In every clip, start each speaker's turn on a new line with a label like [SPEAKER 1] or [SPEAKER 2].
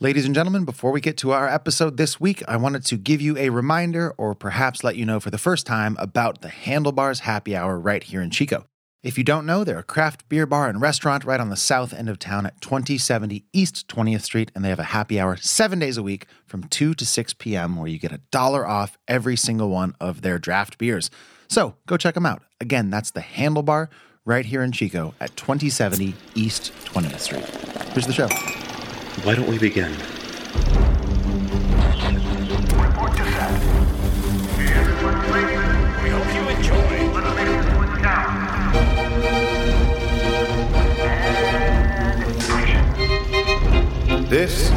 [SPEAKER 1] Ladies and gentlemen, before we get to our episode this week, I wanted to give you a reminder or perhaps let you know for the first time about the Handlebars Happy Hour right here in Chico. If you don't know, they're a craft beer bar and restaurant right on the south end of town at 2070 East 20th Street, and they have a happy hour seven days a week from 2 to 6 p.m., where you get a dollar off every single one of their draft beers. So go check them out. Again, that's the Handlebar right here in Chico at 2070 East 20th Street. Here's the show.
[SPEAKER 2] Why don't we begin?
[SPEAKER 3] Report to set. Hey everyone, please. We hope you enjoy. Little bit one down. And action.
[SPEAKER 4] This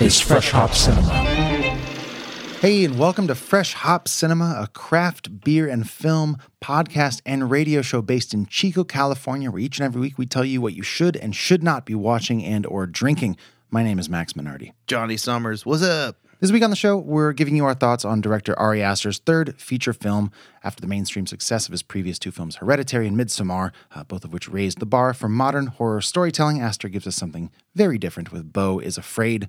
[SPEAKER 5] It's Fresh Hop Cinema.
[SPEAKER 1] Hey, and welcome to Fresh Hop Cinema, a craft beer and film podcast and radio show based in Chico, California, where each and every week we tell you what you should and should not be watching and or drinking. My name is Max Minardi.
[SPEAKER 6] Johnny Summers. What's up?
[SPEAKER 1] This week on the show, we're giving you our thoughts on director Ari Aster's third feature film after the mainstream success of his previous two films, Hereditary and Midsommar, uh, both of which raised the bar for modern horror storytelling. Aster gives us something very different with Bo is Afraid.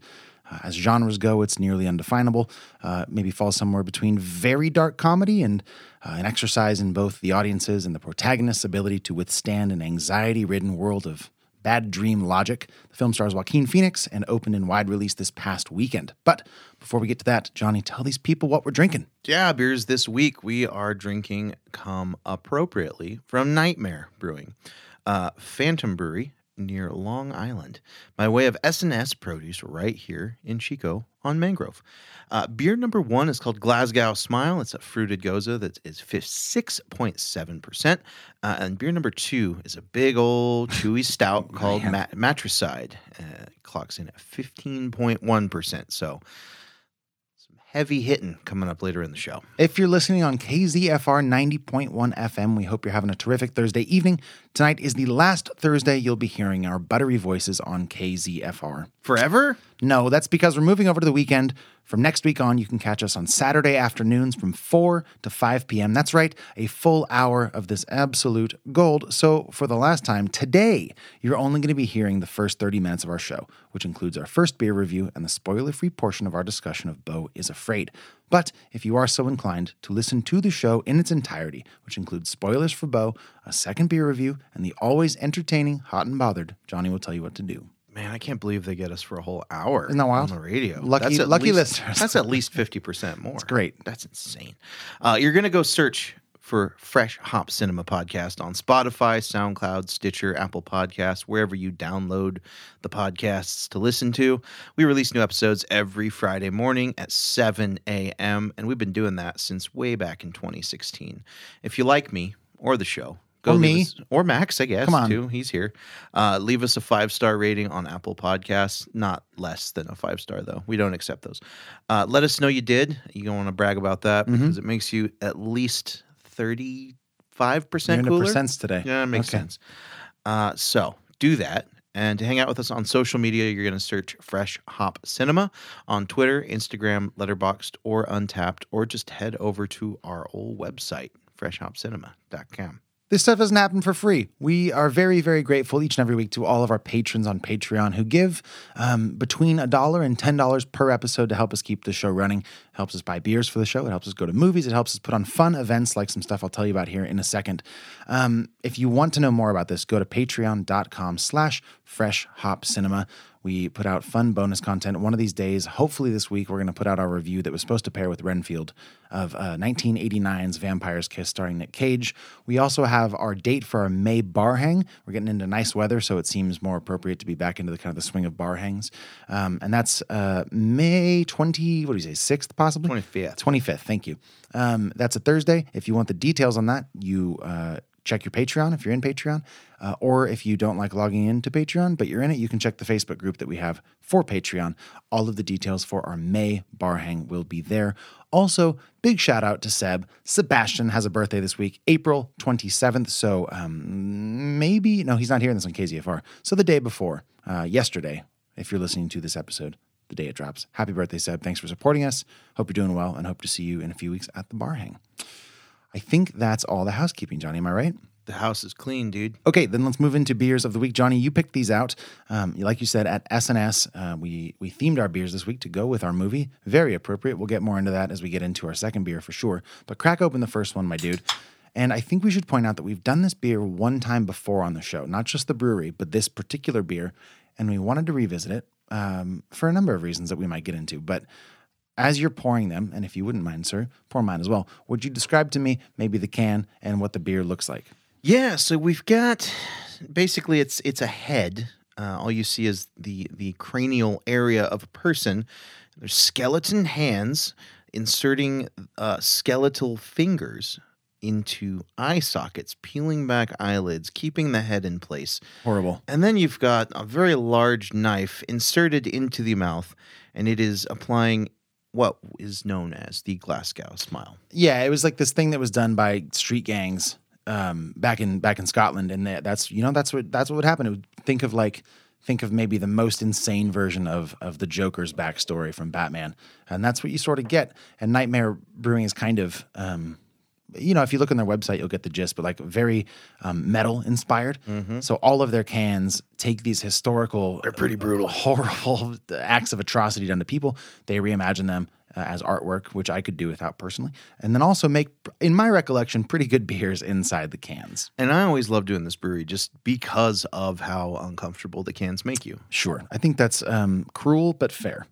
[SPEAKER 1] Uh, as genres go, it's nearly undefinable. Uh, maybe falls somewhere between very dark comedy and uh, an exercise in both the audience's and the protagonist's ability to withstand an anxiety ridden world of Bad Dream Logic. The film stars Joaquin Phoenix and opened in wide release this past weekend. But before we get to that, Johnny, tell these people what we're drinking.
[SPEAKER 6] Yeah, beers this week. We are drinking Come Appropriately from Nightmare Brewing, uh, Phantom Brewery near Long Island, by way of S&S produce right here in Chico on Mangrove. Uh, beer number one is called Glasgow Smile. It's a fruited goza that is fif- 6.7%. Uh, and beer number two is a big old chewy stout called Ma- Matricide. Uh, clocks in at 15.1%. So heavy hitting coming up later in the show.
[SPEAKER 1] If you're listening on KZFR 90.1 FM, we hope you're having a terrific Thursday evening. Tonight is the last Thursday you'll be hearing our buttery voices on KZFR.
[SPEAKER 6] Forever?
[SPEAKER 1] No, that's because we're moving over to the weekend. From next week on, you can catch us on Saturday afternoons from 4 to 5 p.m. That's right, a full hour of this absolute gold. So, for the last time, today, you're only going to be hearing the first 30 minutes of our show, which includes our first beer review and the spoiler free portion of our discussion of Bo is Afraid. But if you are so inclined to listen to the show in its entirety, which includes spoilers for Bo, a second beer review, and the always entertaining Hot and Bothered, Johnny will tell you what to do.
[SPEAKER 6] Man, I can't believe they get us for a whole hour
[SPEAKER 1] Isn't that wild?
[SPEAKER 6] on the radio.
[SPEAKER 1] Lucky-
[SPEAKER 6] at
[SPEAKER 1] lucky
[SPEAKER 6] least-
[SPEAKER 1] listeners.
[SPEAKER 6] That's at least fifty percent more. That's
[SPEAKER 1] great.
[SPEAKER 6] That's insane. Uh, you're gonna go search for Fresh Hop Cinema Podcast on Spotify, SoundCloud, Stitcher, Apple Podcasts, wherever you download the podcasts to listen to. We release new episodes every Friday morning at 7 a.m. And we've been doing that since way back in 2016. If you like me or the show, go
[SPEAKER 1] Or
[SPEAKER 6] leave
[SPEAKER 1] me.
[SPEAKER 6] us- or Max, I guess.
[SPEAKER 1] Come on.
[SPEAKER 6] too. He's here. Uh, leave us a five star rating on Apple Podcasts. Not less than a five star though. We don't accept those. Uh, let us know you did. You don't want to brag about that
[SPEAKER 1] Mm-hmm.
[SPEAKER 6] because it makes you at least thirty five
[SPEAKER 1] You're
[SPEAKER 6] percent
[SPEAKER 1] into
[SPEAKER 6] cooler.
[SPEAKER 1] percents today.
[SPEAKER 6] Yeah, it makes
[SPEAKER 1] Okay.
[SPEAKER 6] sense. Uh, so do that. And to hang out with us on social media, you're going to search Fresh Hop Cinema on Twitter, Instagram, Letterboxd, or Untapped, or just head over to our old website, freshhopcinema.com.
[SPEAKER 1] This stuff doesn't happen for free. We are very, very grateful each and every week to all of our patrons on Patreon who give um, between a dollar and ten dollars per episode to help us keep the show running. It helps us buy beers for the show. It helps us go to movies. It helps us put on fun events like some stuff I'll tell you about here in a second. Um, if you want to know more about this, go to Patreon.com/slash Fresh Hop Cinema. We put out fun bonus content. One of these days, hopefully this week, we're going to put out our review that was supposed to pair with Renfield of uh, 1989's Vampire's Kiss starring Nick Cage. We also have our date for our May bar hang. We're getting into nice weather, so it seems more appropriate to be back into the kind of the swing of bar hangs. Um, and that's uh, May 20, what do you say, 6th possibly?
[SPEAKER 6] 25th.
[SPEAKER 1] 25th. Thank you. Um, that's a Thursday. If you want the details on that, you uh, check your Patreon if you're in Patreon, uh, or if you don't like logging into Patreon but you're in it, you can check the Facebook group that we have for Patreon. All of the details for our May bar hang will be there. Also, big shout out to Seb. Sebastian has a birthday this week, April 27th. So um, maybe, no, he's not hearing this on KZFR. So the day before, uh, yesterday, if you're listening to this episode, the day it drops. Happy birthday, Seb. Thanks for supporting us. Hope you're doing well and hope to see you in a few weeks at the bar hang. I think that's all the housekeeping, Johnny. Am I right?
[SPEAKER 6] The house is clean, dude.
[SPEAKER 1] Okay, then let's move into beers of the week. Johnny, you picked these out. Um, like you said, at SNS, uh, we, we themed our beers this week to go with our movie. Very appropriate. We'll get more into that as we get into our second beer for sure. But crack open the first one, my dude. And I think we should point out that we've done this beer one time before on the show, not just the brewery, but this particular beer. And we wanted to revisit it um, for a number of reasons that we might get into. But as you're pouring them, and if you wouldn't mind, sir, pour mine as well, would you describe to me maybe the can and what the beer looks like?
[SPEAKER 6] Yeah, so we've got basically it's it's a head. Uh, all you see is the the cranial area of a person. There's skeleton hands inserting uh, skeletal fingers into eye sockets, peeling back eyelids, keeping the head in place.
[SPEAKER 1] Horrible.
[SPEAKER 6] And then you've got a very large knife inserted into the mouth, and it is applying what is known as the Glasgow smile.
[SPEAKER 1] Yeah, it was like this thing that was done by street gangs um, back in back in Scotland, and that, that's you know that's what that's what would happen. It would think of like think of maybe the most insane version of of the Joker's backstory from Batman, and that's what you sort of get. And Nightmare Brewing is kind of um, you know, if you look on their website, you'll get the gist, but like very um, metal inspired. So all of their cans take these historical, Mm-hmm. they're pretty brutal, horrible acts of atrocity done to people. They reimagine them uh, as artwork, which I could do without personally, and then also make, in my recollection, pretty good beers inside the cans.
[SPEAKER 6] And I always love doing this brewery just because of how uncomfortable the cans make you.
[SPEAKER 1] Sure, I think that's um, cruel but fair.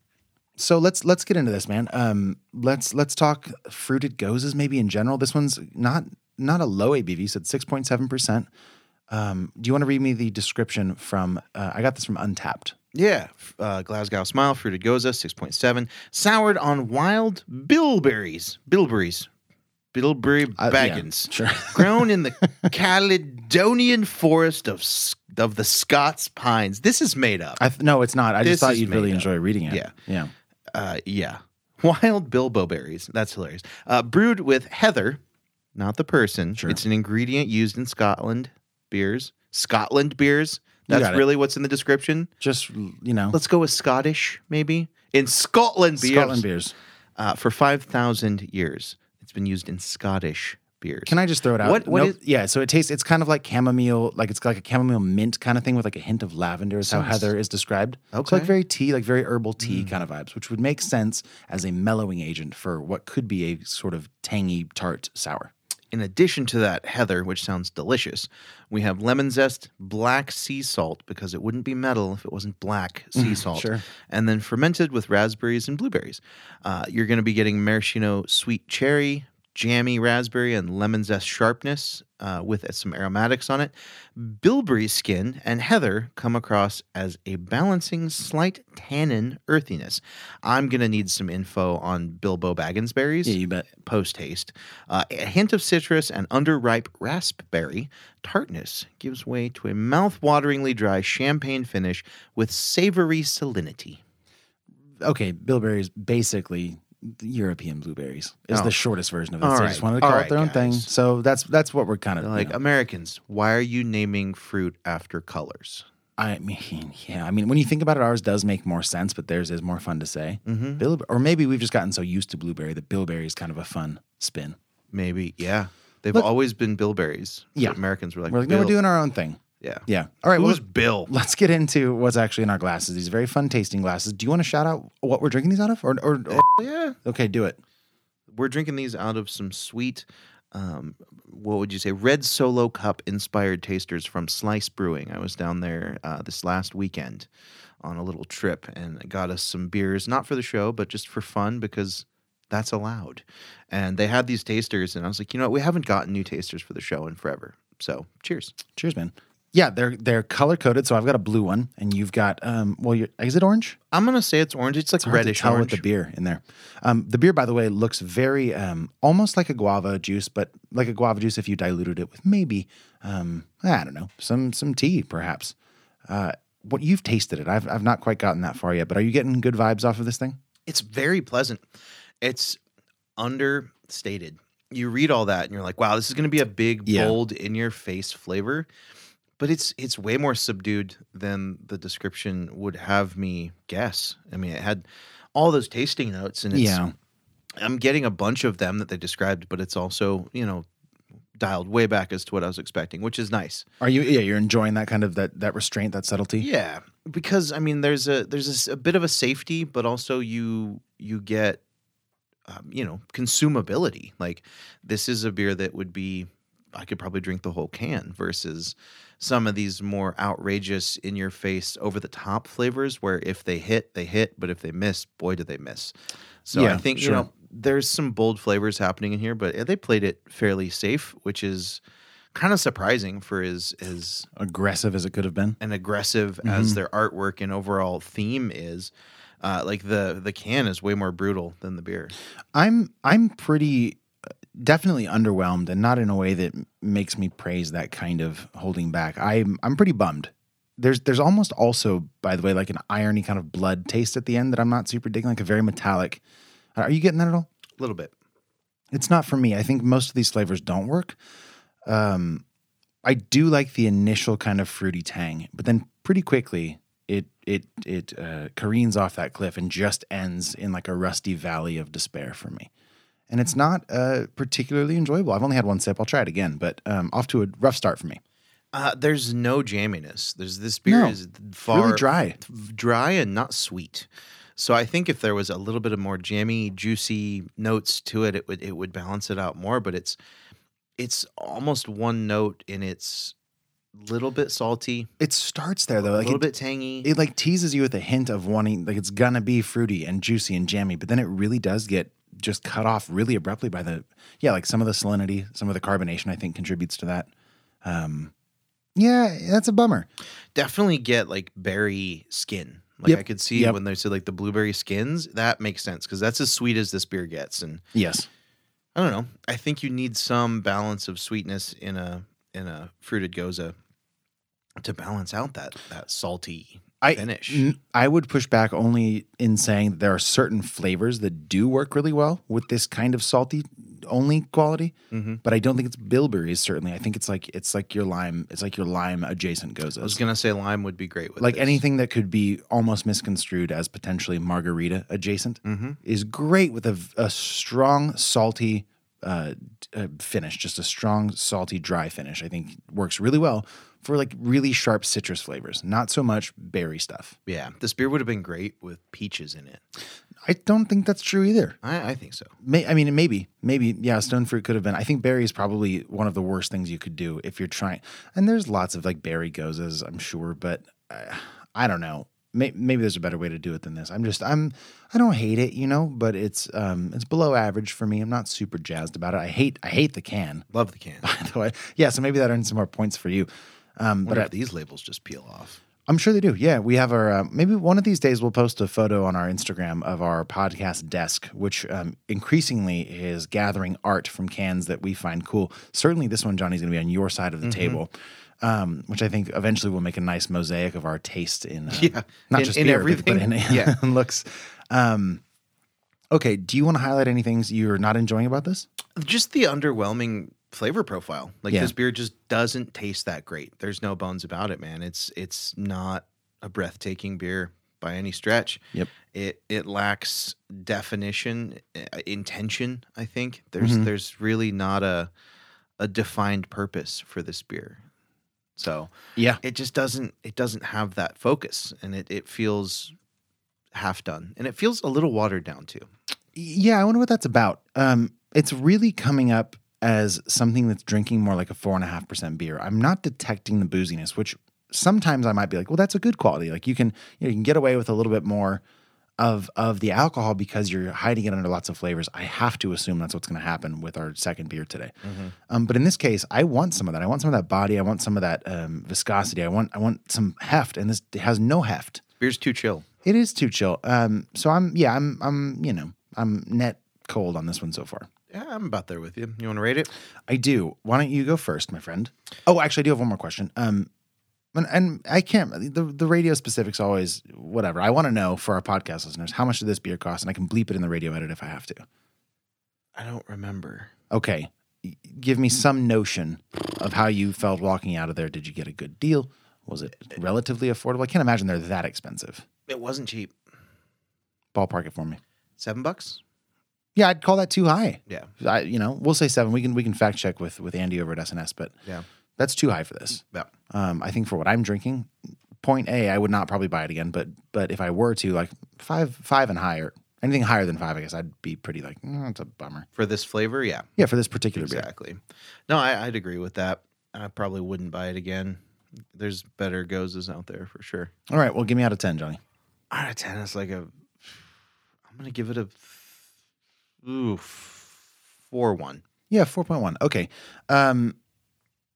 [SPEAKER 1] So let's let's get into this, man. Um, let's let's talk fruited gozes maybe in general. This one's not not a low ABV. You said six point seven percent. Um, do you want to read me the description from? Uh, I got this from Untapped.
[SPEAKER 6] Yeah, f- uh, Glasgow Smile, Fruited Goza, 6.7. Soured on wild bilberries. Bilberries. Bilberry
[SPEAKER 1] Uh, yeah,
[SPEAKER 6] baggins.
[SPEAKER 1] sure.
[SPEAKER 6] grown in the Caledonian forest of, S- of the Scots pines. This is made up.
[SPEAKER 1] I th- no, it's not. I
[SPEAKER 6] This
[SPEAKER 1] just thought
[SPEAKER 6] is
[SPEAKER 1] you'd really
[SPEAKER 6] made up.
[SPEAKER 1] enjoy reading it.
[SPEAKER 6] Yeah.
[SPEAKER 1] yeah.
[SPEAKER 6] Uh, yeah. Wild bilbo berries. That's hilarious. Uh, brewed with heather, not the person.
[SPEAKER 1] Sure.
[SPEAKER 6] It's an ingredient used in Scotland beers. Scotland beers.
[SPEAKER 1] You
[SPEAKER 6] That's
[SPEAKER 1] got it.
[SPEAKER 6] really what's in the description.
[SPEAKER 1] Just you know,
[SPEAKER 6] Let's go with Scottish, maybe. In Scotland beers.
[SPEAKER 1] Scotland beers.
[SPEAKER 6] uh, for 5,000 years. It's been used in Scottish beers.
[SPEAKER 1] Can I just throw it out?
[SPEAKER 6] What- what is-
[SPEAKER 1] yeah, so it tastes. It's kind of like chamomile, like it's like a chamomile mint kind of thing with like a hint of lavender. Is how heather is described. It's like
[SPEAKER 6] Okay.
[SPEAKER 1] very tea, like very herbal tea kind of vibes, which would make sense as a mellowing agent for what could be a sort of tangy tart sour.
[SPEAKER 6] In addition to that heather, which sounds delicious, we have lemon zest, black sea salt, because it wouldn't be metal if it wasn't black sea salt.
[SPEAKER 1] sure.
[SPEAKER 6] And then fermented with raspberries and blueberries. Uh, you're going to be getting maraschino sweet cherry, jammy raspberry, and lemon zest sharpness uh, with some aromatics on it. Bilberry skin and heather come across as a balancing, slight tannin earthiness. I'm going to need some info on Bilbo Baggins berries
[SPEAKER 1] Yeah, you bet.
[SPEAKER 6] post haste. Uh, a hint of citrus and underripe raspberry tartness gives way to a mouth-wateringly dry champagne finish with savory salinity.
[SPEAKER 1] Okay, bilberries basically European blueberries is
[SPEAKER 6] Oh.
[SPEAKER 1] the shortest version of it.
[SPEAKER 6] All
[SPEAKER 1] so I
[SPEAKER 6] right.
[SPEAKER 1] just wanted to call
[SPEAKER 6] All
[SPEAKER 1] it their
[SPEAKER 6] right,
[SPEAKER 1] own thing.
[SPEAKER 6] guys.
[SPEAKER 1] So that's that's what we're kind of
[SPEAKER 6] Like Americans, why are you naming fruit after colors?
[SPEAKER 1] I mean, yeah. I mean, when you think about it, ours does make more sense, but theirs is more fun to say. Mm-hmm. or maybe we've just gotten so used to blueberry that bilberry is kind of a fun spin.
[SPEAKER 6] Maybe, yeah. They've
[SPEAKER 1] Look-
[SPEAKER 6] always been bilberries.
[SPEAKER 1] Yeah.
[SPEAKER 6] Americans were like,
[SPEAKER 1] We're like, no, we're
[SPEAKER 6] "Bill."
[SPEAKER 1] doing our own thing.
[SPEAKER 6] Yeah.
[SPEAKER 1] Yeah. All right. Well,
[SPEAKER 6] Who's Bill?
[SPEAKER 1] let's get into what's actually in our glasses. These very fun tasting glasses. Do you want to shout out what we're drinking these out of? Or, or, or
[SPEAKER 6] Yeah.
[SPEAKER 1] okay, do it.
[SPEAKER 6] We're drinking these out of some sweet, um, what would you say, red solo cup inspired tasters from Slice Brewing. I was down there uh, this last weekend on a little trip and got us some beers, not for the show, but just for fun because that's allowed. And they had these tasters, and I was like, you know what, we haven't gotten new tasters for the show in forever. So cheers.
[SPEAKER 1] Cheers, man. Yeah, they're they're color coded. So I've got a blue one, and you've got um. Well, your is it orange?
[SPEAKER 6] I'm going to say it's orange. It's like
[SPEAKER 1] Hard to
[SPEAKER 6] reddish
[SPEAKER 1] tell
[SPEAKER 6] orange.
[SPEAKER 1] with the beer in there. Um, the beer, by the way, looks very um, almost like a guava juice, but like a guava juice if you diluted it with maybe um, I don't know some some tea perhaps. Uh, what you've tasted it, I've I've not quite gotten that far yet, but are you getting good vibes off of this thing?
[SPEAKER 6] It's very pleasant. It's understated. You read all that and you're like, wow, this is going to be a big,
[SPEAKER 1] Yeah.
[SPEAKER 6] bold, in your face flavor. But it's it's way more subdued than the description would have me guess. I mean, it had all those tasting notes and it's,
[SPEAKER 1] yeah,
[SPEAKER 6] I'm getting a bunch of them that they described, but it's also, you know, dialed way back as to what I was expecting, which is nice.
[SPEAKER 1] Are you? Yeah, you're enjoying that kind of that that restraint, that subtlety.
[SPEAKER 6] Yeah, because I mean, there's a there's a s- a, bit of a safety, but also you you get um, you know consumability. Like this is a beer that would be I could probably drink the whole can versus some of these more outrageous in your face over the top flavors where if they hit they hit but if they miss boy do they miss so i
[SPEAKER 1] Yeah,
[SPEAKER 6] think you
[SPEAKER 1] sure.
[SPEAKER 6] know there's some bold flavors happening in here but they played it fairly safe which is kind of surprising for his his
[SPEAKER 1] Aggressive as it could have been.
[SPEAKER 6] and aggressive
[SPEAKER 1] Mm-hmm.
[SPEAKER 6] as their artwork and overall theme is. Uh, like the the can is way more brutal than the beer.
[SPEAKER 1] I'm I'm pretty uh, definitely underwhelmed, and not in a way that m- makes me praise that kind of holding back. I'm I'm pretty bummed. There's there's almost also, by the way, like an irony kind of blood taste at the end that I'm not super digging, like a very metallic. Are you getting that at all?
[SPEAKER 6] A little bit.
[SPEAKER 1] it's not for me. I think most of these flavors don't work. Um, I do like the initial kind of fruity tang, but then pretty quickly it it it uh, careens off that cliff and just ends in like a rusty valley of despair for me. And it's not uh, particularly enjoyable. I've only had one sip. I'll try it again, but um, off to a rough start for me.
[SPEAKER 6] Uh, there's no jamminess. There's this beer
[SPEAKER 1] No.
[SPEAKER 6] is far
[SPEAKER 1] Really dry.
[SPEAKER 6] dry and not sweet. So I think if there was a little bit of more jammy, juicy notes to it, it would it would balance it out more. But it's it's almost one note in its little bit salty,
[SPEAKER 1] It starts there though,
[SPEAKER 6] a
[SPEAKER 1] like
[SPEAKER 6] little
[SPEAKER 1] it,
[SPEAKER 6] bit tangy.
[SPEAKER 1] it like teases you with a hint of wanting like it's gonna be fruity and juicy and jammy, but then it really does get just cut off really abruptly by the yeah, like some of the salinity, some of the carbonation I think contributes to that. Um yeah, that's a bummer.
[SPEAKER 6] definitely get like berry skin. Like
[SPEAKER 1] Yep.
[SPEAKER 6] I could see
[SPEAKER 1] Yep.
[SPEAKER 6] when they said like the blueberry skins, that makes sense because that's as sweet as this beer gets. And
[SPEAKER 1] Yes.
[SPEAKER 6] I don't know. I think you need some balance of sweetness in a in a fruited goza to balance out that that salty
[SPEAKER 1] I
[SPEAKER 6] finish.
[SPEAKER 1] n- I would push back only in saying that there are certain flavors that do work really well with this kind of salty only quality, but I don't think it's bilberries. Certainly, I think it's like it's like your lime, it's like your lime adjacent gozas.
[SPEAKER 6] I was gonna say lime would be great with
[SPEAKER 1] like
[SPEAKER 6] this.
[SPEAKER 1] anything that could be almost misconstrued as potentially margarita adjacent
[SPEAKER 6] Mm-hmm.
[SPEAKER 1] is great with a, v- a strong salty uh, d- uh, finish just a strong salty dry finish i think works really well for like really sharp citrus flavors not so much berry stuff
[SPEAKER 6] Yeah, this beer would have been great with peaches in it.
[SPEAKER 1] i don't think that's true either
[SPEAKER 6] I, I think so.
[SPEAKER 1] May, I mean, maybe, maybe, yeah, stone fruit could have been. I think berry is probably one of the worst things you could do if you're trying. And there's lots of like berry gozas, I'm sure, but uh, I don't know. May, maybe there's a better way to do it than this. I'm just, I'm, I don't hate it, you know, but it's, um, it's below average for me. I'm not super jazzed about it. I hate, I hate the can.
[SPEAKER 6] Love the can.
[SPEAKER 1] By the way, yeah. So maybe that earns some more points for you. Um,
[SPEAKER 6] But
[SPEAKER 1] but I,
[SPEAKER 6] these labels just peel off.
[SPEAKER 1] I'm sure they do. Yeah, we have our uh, maybe one of these days we'll post a photo on our Instagram of our podcast desk, which um, increasingly is gathering art from cans that we find cool. Certainly, this one, Johnny's going to be on your side of the
[SPEAKER 6] Mm-hmm.
[SPEAKER 1] table, um, which I think eventually will make a nice mosaic of our taste in uh,
[SPEAKER 6] Yeah,
[SPEAKER 1] not
[SPEAKER 6] in-
[SPEAKER 1] just
[SPEAKER 6] in
[SPEAKER 1] beer,
[SPEAKER 6] everything.
[SPEAKER 1] but in,
[SPEAKER 6] Yeah.
[SPEAKER 1] in looks. Um, okay, do you want to highlight anything you're not enjoying about this?
[SPEAKER 6] just the underwhelming flavor profile. Like
[SPEAKER 1] Yeah.
[SPEAKER 6] this beer just doesn't taste that great. There's no bones about it, man. It's it's not a breathtaking beer by any stretch.
[SPEAKER 1] Yep.
[SPEAKER 6] It it lacks definition, uh, intention. I think there's
[SPEAKER 1] Mhm.
[SPEAKER 6] there's really not a a defined purpose for this beer. So
[SPEAKER 1] Yeah,
[SPEAKER 6] it just doesn't it doesn't have that focus, and it it feels half done, and it feels a little watered down too.
[SPEAKER 1] Yeah, I wonder what that's about. Um, it's really coming up as something that's drinking more like a four and a half percent beer. I'm not detecting the booziness, which sometimes I might be like, well, that's a good quality. Like you can you, know, you can get away with a little bit more of of the alcohol because you're hiding it under lots of flavors. I have to assume that's what's going to happen with our second beer today. Um, but in this case, I want some of that. I want some of that body. I want some of that um, viscosity. I want I want some heft, and this has no heft.
[SPEAKER 6] Beer's too chill.
[SPEAKER 1] It is too chill. Um, so I'm yeah, I'm I'm you know I'm net cold on this one so far.
[SPEAKER 6] Yeah, I'm about there with you. You want to rate it?
[SPEAKER 1] I do. Why don't you go first, my friend? Oh, actually, I do have one more question. Um, and, and I can't the the radio specifics always whatever. I want to know for our podcast listeners how much did this beer cost, and I can bleep it in the radio edit if I have to.
[SPEAKER 6] I don't remember.
[SPEAKER 1] Okay, Y- give me some notion of how you felt walking out of there. Did you get a good deal? Was it relatively affordable? I can't imagine they're that expensive.
[SPEAKER 6] It wasn't cheap.
[SPEAKER 1] Ballpark it for me.
[SPEAKER 6] Seven bucks?
[SPEAKER 1] Yeah, I'd call that too high.
[SPEAKER 6] Yeah.
[SPEAKER 1] I, you know, we'll say seven. We can we can fact check with with Andy over at SNS, but
[SPEAKER 6] Yeah.
[SPEAKER 1] that's too high for this.
[SPEAKER 6] Yeah.
[SPEAKER 1] Um, I think for what I'm drinking, point A, I would not probably buy it again. But but if I were to, like five five and higher, anything higher than five, I guess I'd be pretty like mm, it's a bummer.
[SPEAKER 6] For this flavor, yeah.
[SPEAKER 1] Yeah, for this particular beer.
[SPEAKER 6] Exactly. No, I, I'd agree with that. I probably wouldn't buy it again. There's better goes out there for sure.
[SPEAKER 1] All right, well, give me out of ten, Johnny.
[SPEAKER 6] Out of ten, it's like a. I'm gonna give it a. Ooh, four one.
[SPEAKER 1] Yeah, 4.1. Okay. Um,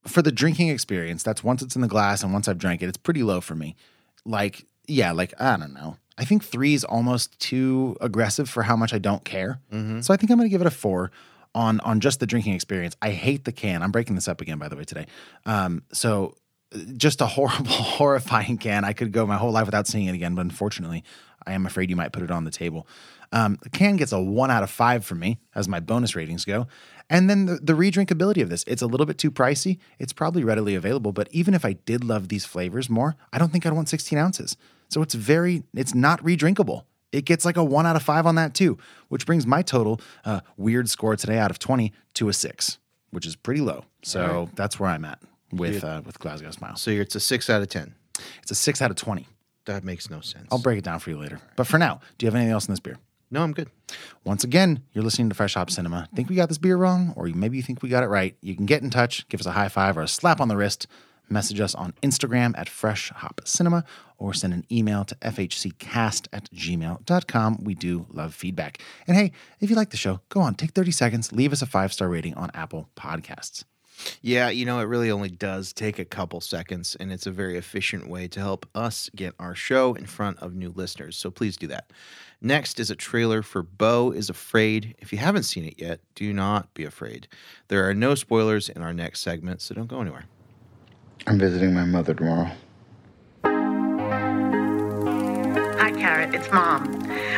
[SPEAKER 1] for the drinking experience, that's once it's in the glass and once I've drank it, it's pretty low for me. Like, yeah, like, I don't know. I think three is almost too aggressive for how much I don't care. So I think I'm going to give it a four on on just the drinking experience. I hate the can. I'm breaking this up again, by the way, today. Um, so uh, just a horrible, horrifying can. I could go my whole life without seeing it again, but unfortunately, I am afraid you might put it on the table. Um, the can gets a one out of five from me as my bonus ratings go. And then the, the redrinkability of this, it's a little bit too pricey. It's probably readily available, but even if I did love these flavors more, I don't think I'd want 16 ounces. So it's very, it's not redrinkable. It gets like a one out of five on that too, which brings my total uh, weird score today out of 20 to a six, which is pretty low. So that's where I'm at with uh, with Glasgow Smiles.
[SPEAKER 6] So you're- it's a six out of ten.
[SPEAKER 1] It's a six out of 20.
[SPEAKER 6] That makes no sense.
[SPEAKER 1] I'll break it down for you later. But for now, do you have anything else in this beer?
[SPEAKER 6] no, I'm good.
[SPEAKER 1] Once again, you're listening to Fresh Hop Cinema. Think we got this beer wrong, or maybe you think we got it right. You can get in touch, give us a high five or a slap on the wrist, message us on Instagram at Fresh Hop Cinema, or send an email to fhccast at gmail.com. We do love feedback. And hey, if you like the show, go on, take 30 seconds, leave us a five star rating on Apple Podcasts.
[SPEAKER 6] Yeah, you know, it really only does take a couple seconds, and it's a very efficient way to help us get our show in front of new listeners. So please do that. Next is a trailer for Bo is Afraid. If you haven't seen it yet, do not be afraid. There are no spoilers in our next segment, so don't go anywhere.
[SPEAKER 7] I'm visiting my mother tomorrow.
[SPEAKER 8] Hi, Carrot. It's Mom.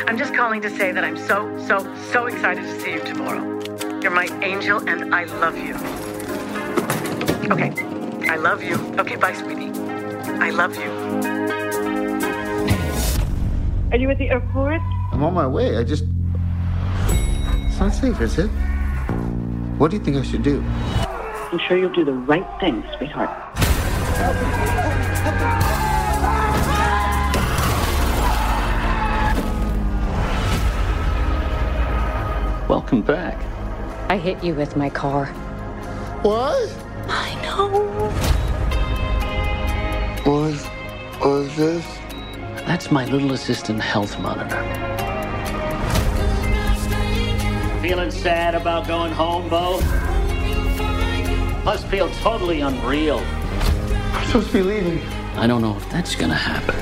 [SPEAKER 8] I'm just calling to say that I'm so, so, so excited to see you tomorrow. You're my angel, and I love you. Okay. I love you. Okay, bye, sweetie. I love you.
[SPEAKER 9] Are you at the airport?
[SPEAKER 7] I'm on my way. I just. It's not safe, is it? What do you think I should do?
[SPEAKER 9] I'm sure you'll do the right thing, sweetheart.
[SPEAKER 10] Welcome back.
[SPEAKER 11] I hit you with my car.
[SPEAKER 7] What?
[SPEAKER 11] I know.
[SPEAKER 7] What is, what is this?
[SPEAKER 10] That's my little assistant health monitor. Feeling sad about going home, Bo? Plus, feel totally unreal.
[SPEAKER 7] I'm supposed to be leaving.
[SPEAKER 10] I don't know if that's gonna happen.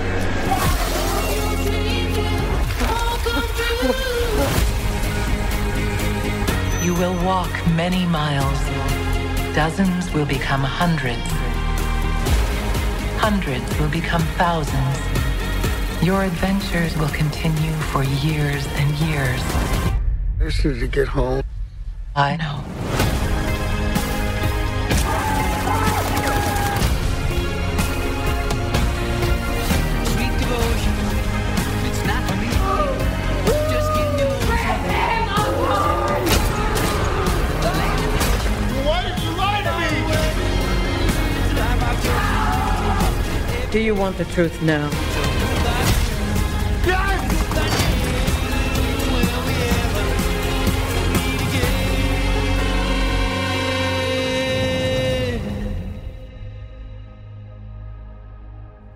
[SPEAKER 12] You will walk many miles. Dozens will become hundreds. Hundreds will become thousands. Your adventures will continue for years and years.
[SPEAKER 7] I just need to get home.
[SPEAKER 12] I know.
[SPEAKER 8] Do you want the truth now?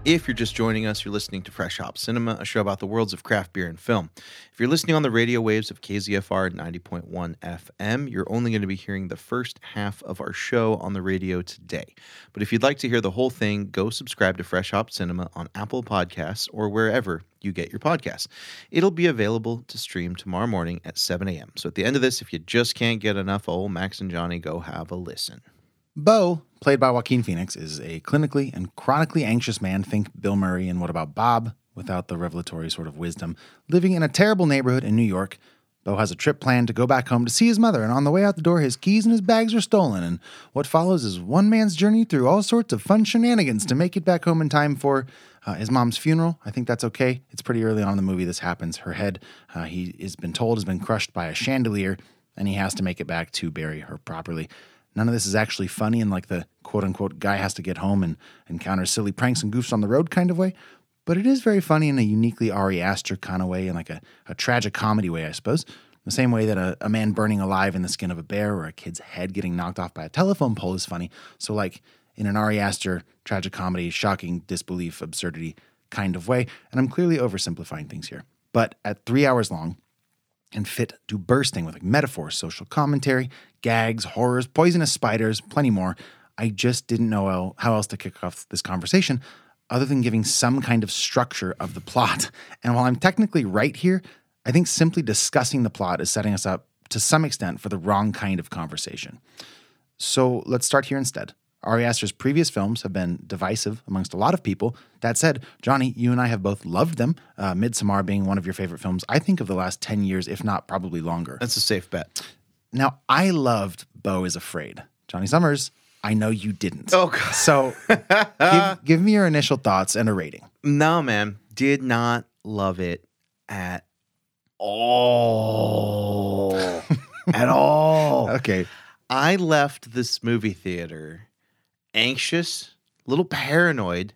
[SPEAKER 6] If you're just joining us, you're listening to Fresh Hop Cinema, a show about the worlds of craft beer and film. If you're listening on the radio waves of KZFR 90.1 FM, you're only going to be hearing the first half of our show on the radio today. But if you'd like to hear the whole thing, go subscribe to Fresh Hop Cinema on Apple Podcasts or wherever you get your podcasts. It'll be available to stream tomorrow morning at 7 a.m. So at the end of this, if you just can't get enough of old Max and Johnny, go have a listen.
[SPEAKER 1] Bo, played by Joaquin Phoenix, is a clinically and chronically anxious man. Think Bill Murray and What About Bob without the revelatory sort of wisdom, living in a terrible neighborhood in New York. Bo has a trip planned to go back home to see his mother, and on the way out the door, his keys and his bags are stolen. And what follows is one man's journey through all sorts of fun shenanigans to make it back home in time for uh, his mom's funeral. I think that's okay. It's pretty early on in the movie this happens. Her head, uh, he has been told, has been crushed by a chandelier, and he has to make it back to bury her properly. None of this is actually funny and like the quote unquote guy has to get home and encounter silly pranks and goofs on the road kind of way. But it is very funny in a uniquely Ari Aster kind of way and like a, a tragic comedy way, I suppose. The same way that a, a man burning alive in the skin of a bear or a kid's head getting knocked off by a telephone pole is funny. So, like in an Ari Aster tragic comedy, shocking disbelief, absurdity kind of way. And I'm clearly oversimplifying things here. But at three hours long, and fit to bursting with like metaphors, social commentary, gags, horrors, poisonous spiders, plenty more. I just didn't know how else to kick off this conversation other than giving some kind of structure of the plot. And while I'm technically right here, I think simply discussing the plot is setting us up to some extent for the wrong kind of conversation. So let's start here instead. Ari Aster's previous films have been divisive amongst a lot of people. That said, Johnny, you and I have both loved them. Uh, Midsommar being one of your favorite films, I think, of the last 10 years, if not probably longer.
[SPEAKER 6] That's a safe bet.
[SPEAKER 1] Now, I loved Bo is Afraid. Johnny Summers, I know you didn't.
[SPEAKER 6] Oh, God.
[SPEAKER 1] So give, give me your initial thoughts and a rating.
[SPEAKER 6] No, man. Did not love it at all. at all.
[SPEAKER 1] Okay.
[SPEAKER 6] I left this movie theater anxious, a little paranoid,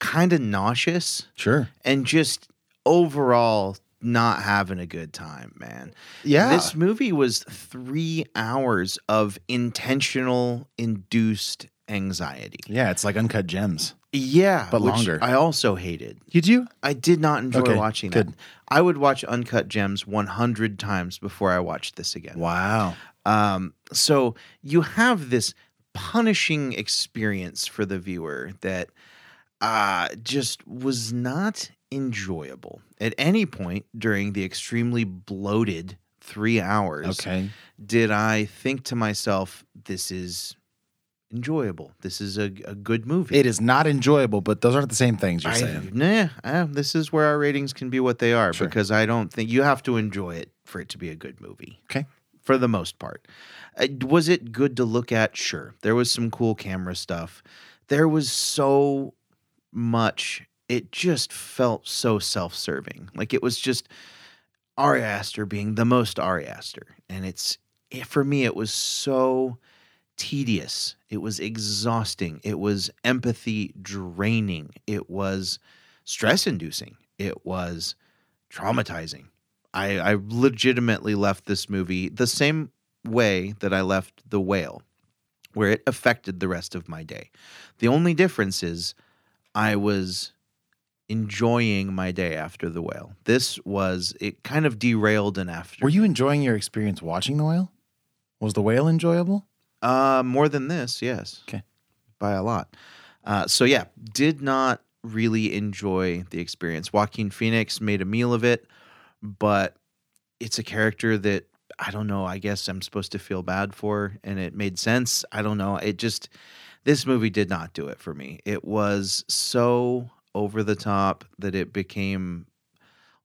[SPEAKER 6] kind of nauseous.
[SPEAKER 1] Sure.
[SPEAKER 6] And just overall not having a good time, man.
[SPEAKER 1] Yeah.
[SPEAKER 6] This movie was three hours of intentional induced anxiety.
[SPEAKER 1] Yeah, it's like uncut gems.
[SPEAKER 6] Yeah.
[SPEAKER 1] But longer.
[SPEAKER 6] I also hated.
[SPEAKER 1] Did you?
[SPEAKER 6] I did not enjoy
[SPEAKER 1] Okay,
[SPEAKER 6] watching
[SPEAKER 1] good.
[SPEAKER 6] that. I would watch Uncut Gems 100 times before I watched this again.
[SPEAKER 1] Wow.
[SPEAKER 6] Um, so you have this punishing experience for the viewer that uh, just was not enjoyable at any point during the extremely bloated three hours.
[SPEAKER 1] Okay.
[SPEAKER 6] Did I think to myself, this is enjoyable? This is a, a good movie.
[SPEAKER 1] It is not enjoyable, but those aren't the same things you're
[SPEAKER 6] I-
[SPEAKER 1] saying.
[SPEAKER 6] Nah, uh, this is where our ratings can be what they are
[SPEAKER 1] Sure.
[SPEAKER 6] because I don't think you have to enjoy it for it to be a good movie
[SPEAKER 1] Okay.
[SPEAKER 6] for the most part. Uh, was it good to look at? Sure. There was some cool camera stuff. There was so much. It just felt so self serving. Like it was just Ari Aster being the most Ari Aster. And it's, it, for me, it was so tedious. It was exhausting. It was empathy draining. It was stress inducing. It was traumatizing. I, I legitimately left this movie the same way that I left The Whale, where it affected the rest of my day. The only difference is I was enjoying my day after The Whale. This was, it kind of derailed an after.
[SPEAKER 1] Were you enjoying your experience watching the whale? Was the whale enjoyable?
[SPEAKER 6] Uh, more than this, yes.
[SPEAKER 1] Okay.
[SPEAKER 6] By a lot. Uh, so yeah, did not really enjoy the experience. Joaquin Phoenix made a meal of it, but it's a character that I don't know. I guess I'm supposed to feel bad for, and it made sense. I don't know. It just this movie did not do it for me. It was so over the top that it became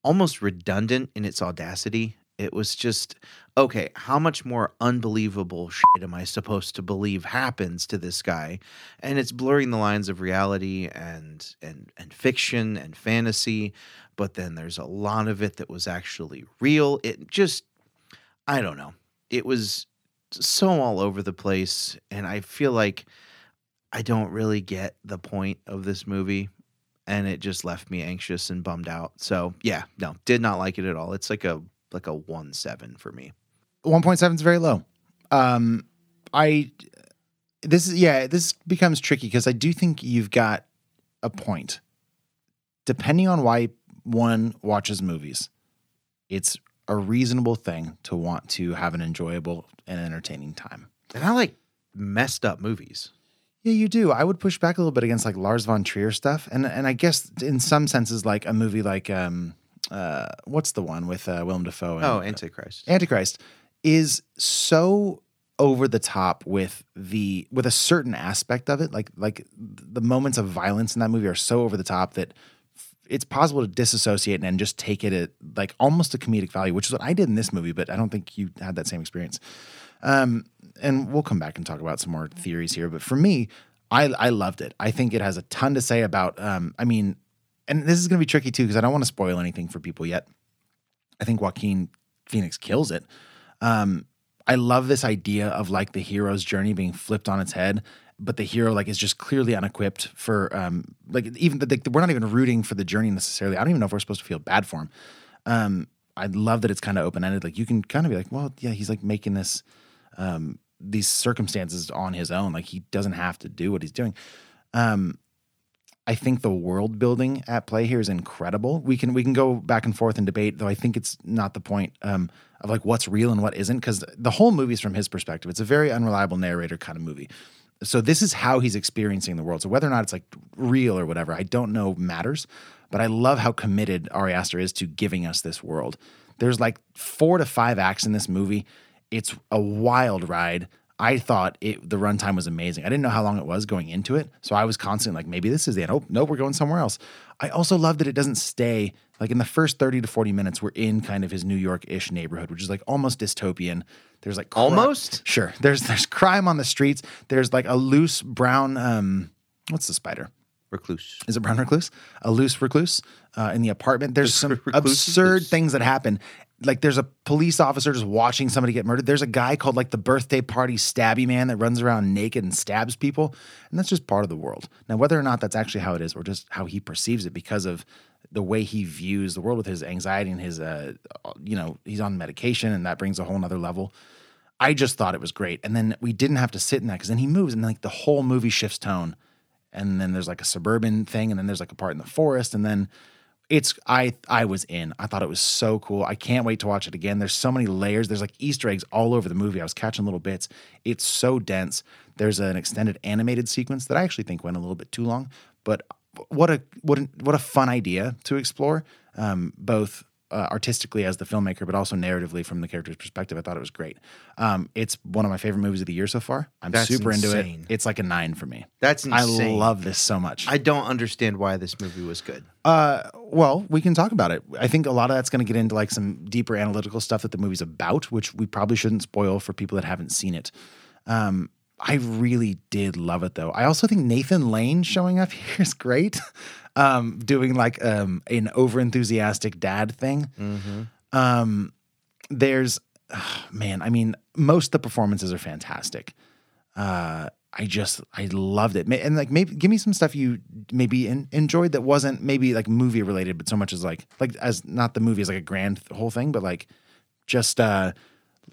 [SPEAKER 6] almost redundant in its audacity. It was just okay. How much more unbelievable shit am I supposed to believe happens to this guy? And it's blurring the lines of reality and and and fiction and fantasy. But then there's a lot of it that was actually real. It just, I don't know. It was so all over the place, and I feel like I don't really get the point of this movie and it just left me anxious and bummed out. So yeah, no, did not like it at all. It's like a like a one seven for me.
[SPEAKER 1] 1.7 is very low. Um, I this is yeah, this becomes tricky because I do think you've got a point. Depending on why one watches movies, it's a reasonable thing to want to have an enjoyable and entertaining time.
[SPEAKER 6] And I like messed up movies.
[SPEAKER 1] Yeah, you do. I would push back a little bit against like Lars von Trier stuff, and and I guess in some senses like a movie like um uh what's the one with uh, Willem Dafoe? And,
[SPEAKER 6] Oh, Antichrist.
[SPEAKER 1] Antichrist is so over the top with the with a certain aspect of it. Like like the moments of violence in that movie are so over the top that it's possible to disassociate and just take it at like almost a comedic value, which is what I did in this movie. But I don't think you had that same experience. Um, and we'll come back and talk about some more theories here. But for me, I I loved it. I think it has a ton to say about. Um, I mean, and this is going to be tricky too because I don't want to spoil anything for people yet. I think Joaquin Phoenix kills it. Um, I love this idea of like the hero's journey being flipped on its head, but the hero like is just clearly unequipped for um, like even the, the, we're not even rooting for the journey necessarily. I don't even know if we're supposed to feel bad for him. Um, I love that it's kind of open ended. Like you can kind of be like, well, yeah, he's like making this um, these circumstances on his own. Like he doesn't have to do what he's doing. Um, I think the world building at play here is incredible. We can we can go back and forth and debate, though I think it's not the point um, of like what's real and what isn't, because the whole movie's from his perspective. It's a very unreliable narrator kind of movie. So this is how he's experiencing the world. So whether or not it's like real or whatever, I don't know matters. But I love how committed Ari Aster is to giving us this world. There's like four to five acts in this movie. It's a wild ride. I thought it the runtime was amazing. I didn't know how long it was going into it, so I was constantly like, maybe this is the end. Oh no, we're going somewhere else. I also love that it doesn't stay like in the first thirty to forty minutes. We're in kind of his New York ish neighborhood, which is like almost dystopian. There's like
[SPEAKER 6] crime. almost
[SPEAKER 1] sure. There's there's crime on the streets. There's like a loose brown um what's the spider
[SPEAKER 6] recluse.
[SPEAKER 1] Is it brown recluse? A loose recluse uh, in the apartment. There's some absurd things that happen. Like there's a police officer just watching somebody get murdered. There's a guy called like the birthday party stabby man that runs around naked and stabs people, and that's just part of the world. Now, whether or not that's actually how it is, or just how he perceives it, because of the way he views the world with his anxiety and his, uh, you know, he's on medication, and that brings a whole nother level. I just thought it was great, and then we didn't have to sit in that because then he moves, and like the whole movie shifts tone and then there's like a suburban thing and then there's like a part in the forest and then it's i i was in i thought it was so cool i can't wait to watch it again there's so many layers there's like easter eggs all over the movie i was catching little bits it's so dense there's an extended animated sequence that i actually think went a little bit too long but what a what a, what a fun idea to explore um, both uh, artistically as the filmmaker, but also narratively from the character's perspective. I thought it was great. Um, it's one of my favorite movies of the year so far. I'm
[SPEAKER 6] That's
[SPEAKER 1] super
[SPEAKER 6] insane.
[SPEAKER 1] into it. It's like a nine for me.
[SPEAKER 6] That's insane.
[SPEAKER 1] I love this so much.
[SPEAKER 6] I don't understand why this movie was good.
[SPEAKER 1] Uh, well, we can talk about it. I think a lot of that's going to get into like some deeper analytical stuff that the movie's about, which we probably shouldn't spoil for people that haven't seen it. Um, I really did love it though. I also think Nathan Lane showing up here is great, um, doing like um, an over enthusiastic dad thing.
[SPEAKER 6] Mm-hmm.
[SPEAKER 1] Um, there's, oh, man, I mean, most of the performances are fantastic. Uh, I just, I loved it. And like, maybe give me some stuff you maybe in, enjoyed that wasn't maybe like movie related, but so much as like, like as not the movie as like a grand whole thing, but like just uh,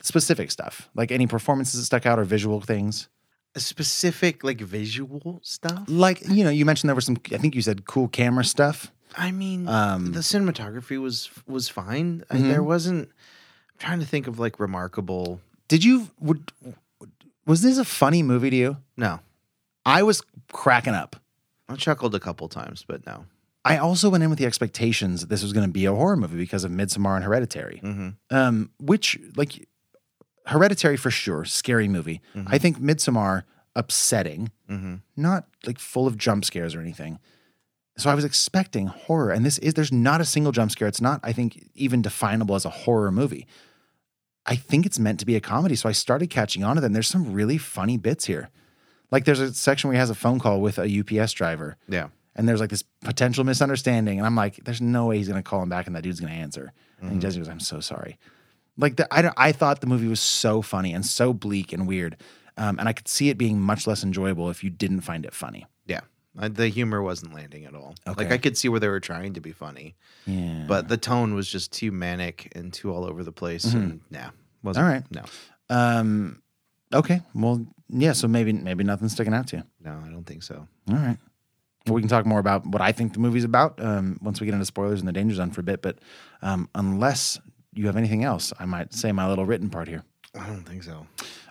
[SPEAKER 1] specific stuff, like any performances that stuck out or visual things
[SPEAKER 6] specific like visual stuff
[SPEAKER 1] like you know you mentioned there was some i think you said cool camera stuff
[SPEAKER 6] i mean um, the cinematography was was fine mm-hmm. I, there wasn't i'm trying to think of like remarkable
[SPEAKER 1] did you would, was this a funny movie to you
[SPEAKER 6] no
[SPEAKER 1] i was cracking up
[SPEAKER 6] i chuckled a couple times but no
[SPEAKER 1] i also went in with the expectations that this was going to be a horror movie because of midsummer and hereditary
[SPEAKER 6] mm-hmm.
[SPEAKER 1] um, which like Hereditary for sure, scary movie. Mm-hmm. I think Midsommar upsetting,
[SPEAKER 6] mm-hmm.
[SPEAKER 1] not like full of jump scares or anything. So I was expecting horror, and this is there's not a single jump scare. It's not, I think, even definable as a horror movie. I think it's meant to be a comedy. So I started catching on to them. There's some really funny bits here. Like there's a section where he has a phone call with a UPS driver.
[SPEAKER 6] Yeah.
[SPEAKER 1] And there's like this potential misunderstanding. And I'm like, there's no way he's gonna call him back and that dude's gonna answer. Mm-hmm. And he does, he goes, I'm so sorry like the, I, I thought the movie was so funny and so bleak and weird um, and i could see it being much less enjoyable if you didn't find it funny
[SPEAKER 6] yeah the humor wasn't landing at all
[SPEAKER 1] okay.
[SPEAKER 6] like i could see where they were trying to be funny
[SPEAKER 1] yeah
[SPEAKER 6] but the tone was just too manic and too all over the place mm-hmm. and nah wasn't
[SPEAKER 1] all right
[SPEAKER 6] no
[SPEAKER 1] um okay well yeah so maybe maybe nothing's sticking out to you
[SPEAKER 6] no i don't think so
[SPEAKER 1] all right well, we can talk more about what I think the movie's about um, once we get into spoilers and the danger zone for a bit. But um, unless you have anything else, I might say my little written part here.
[SPEAKER 6] I don't think so.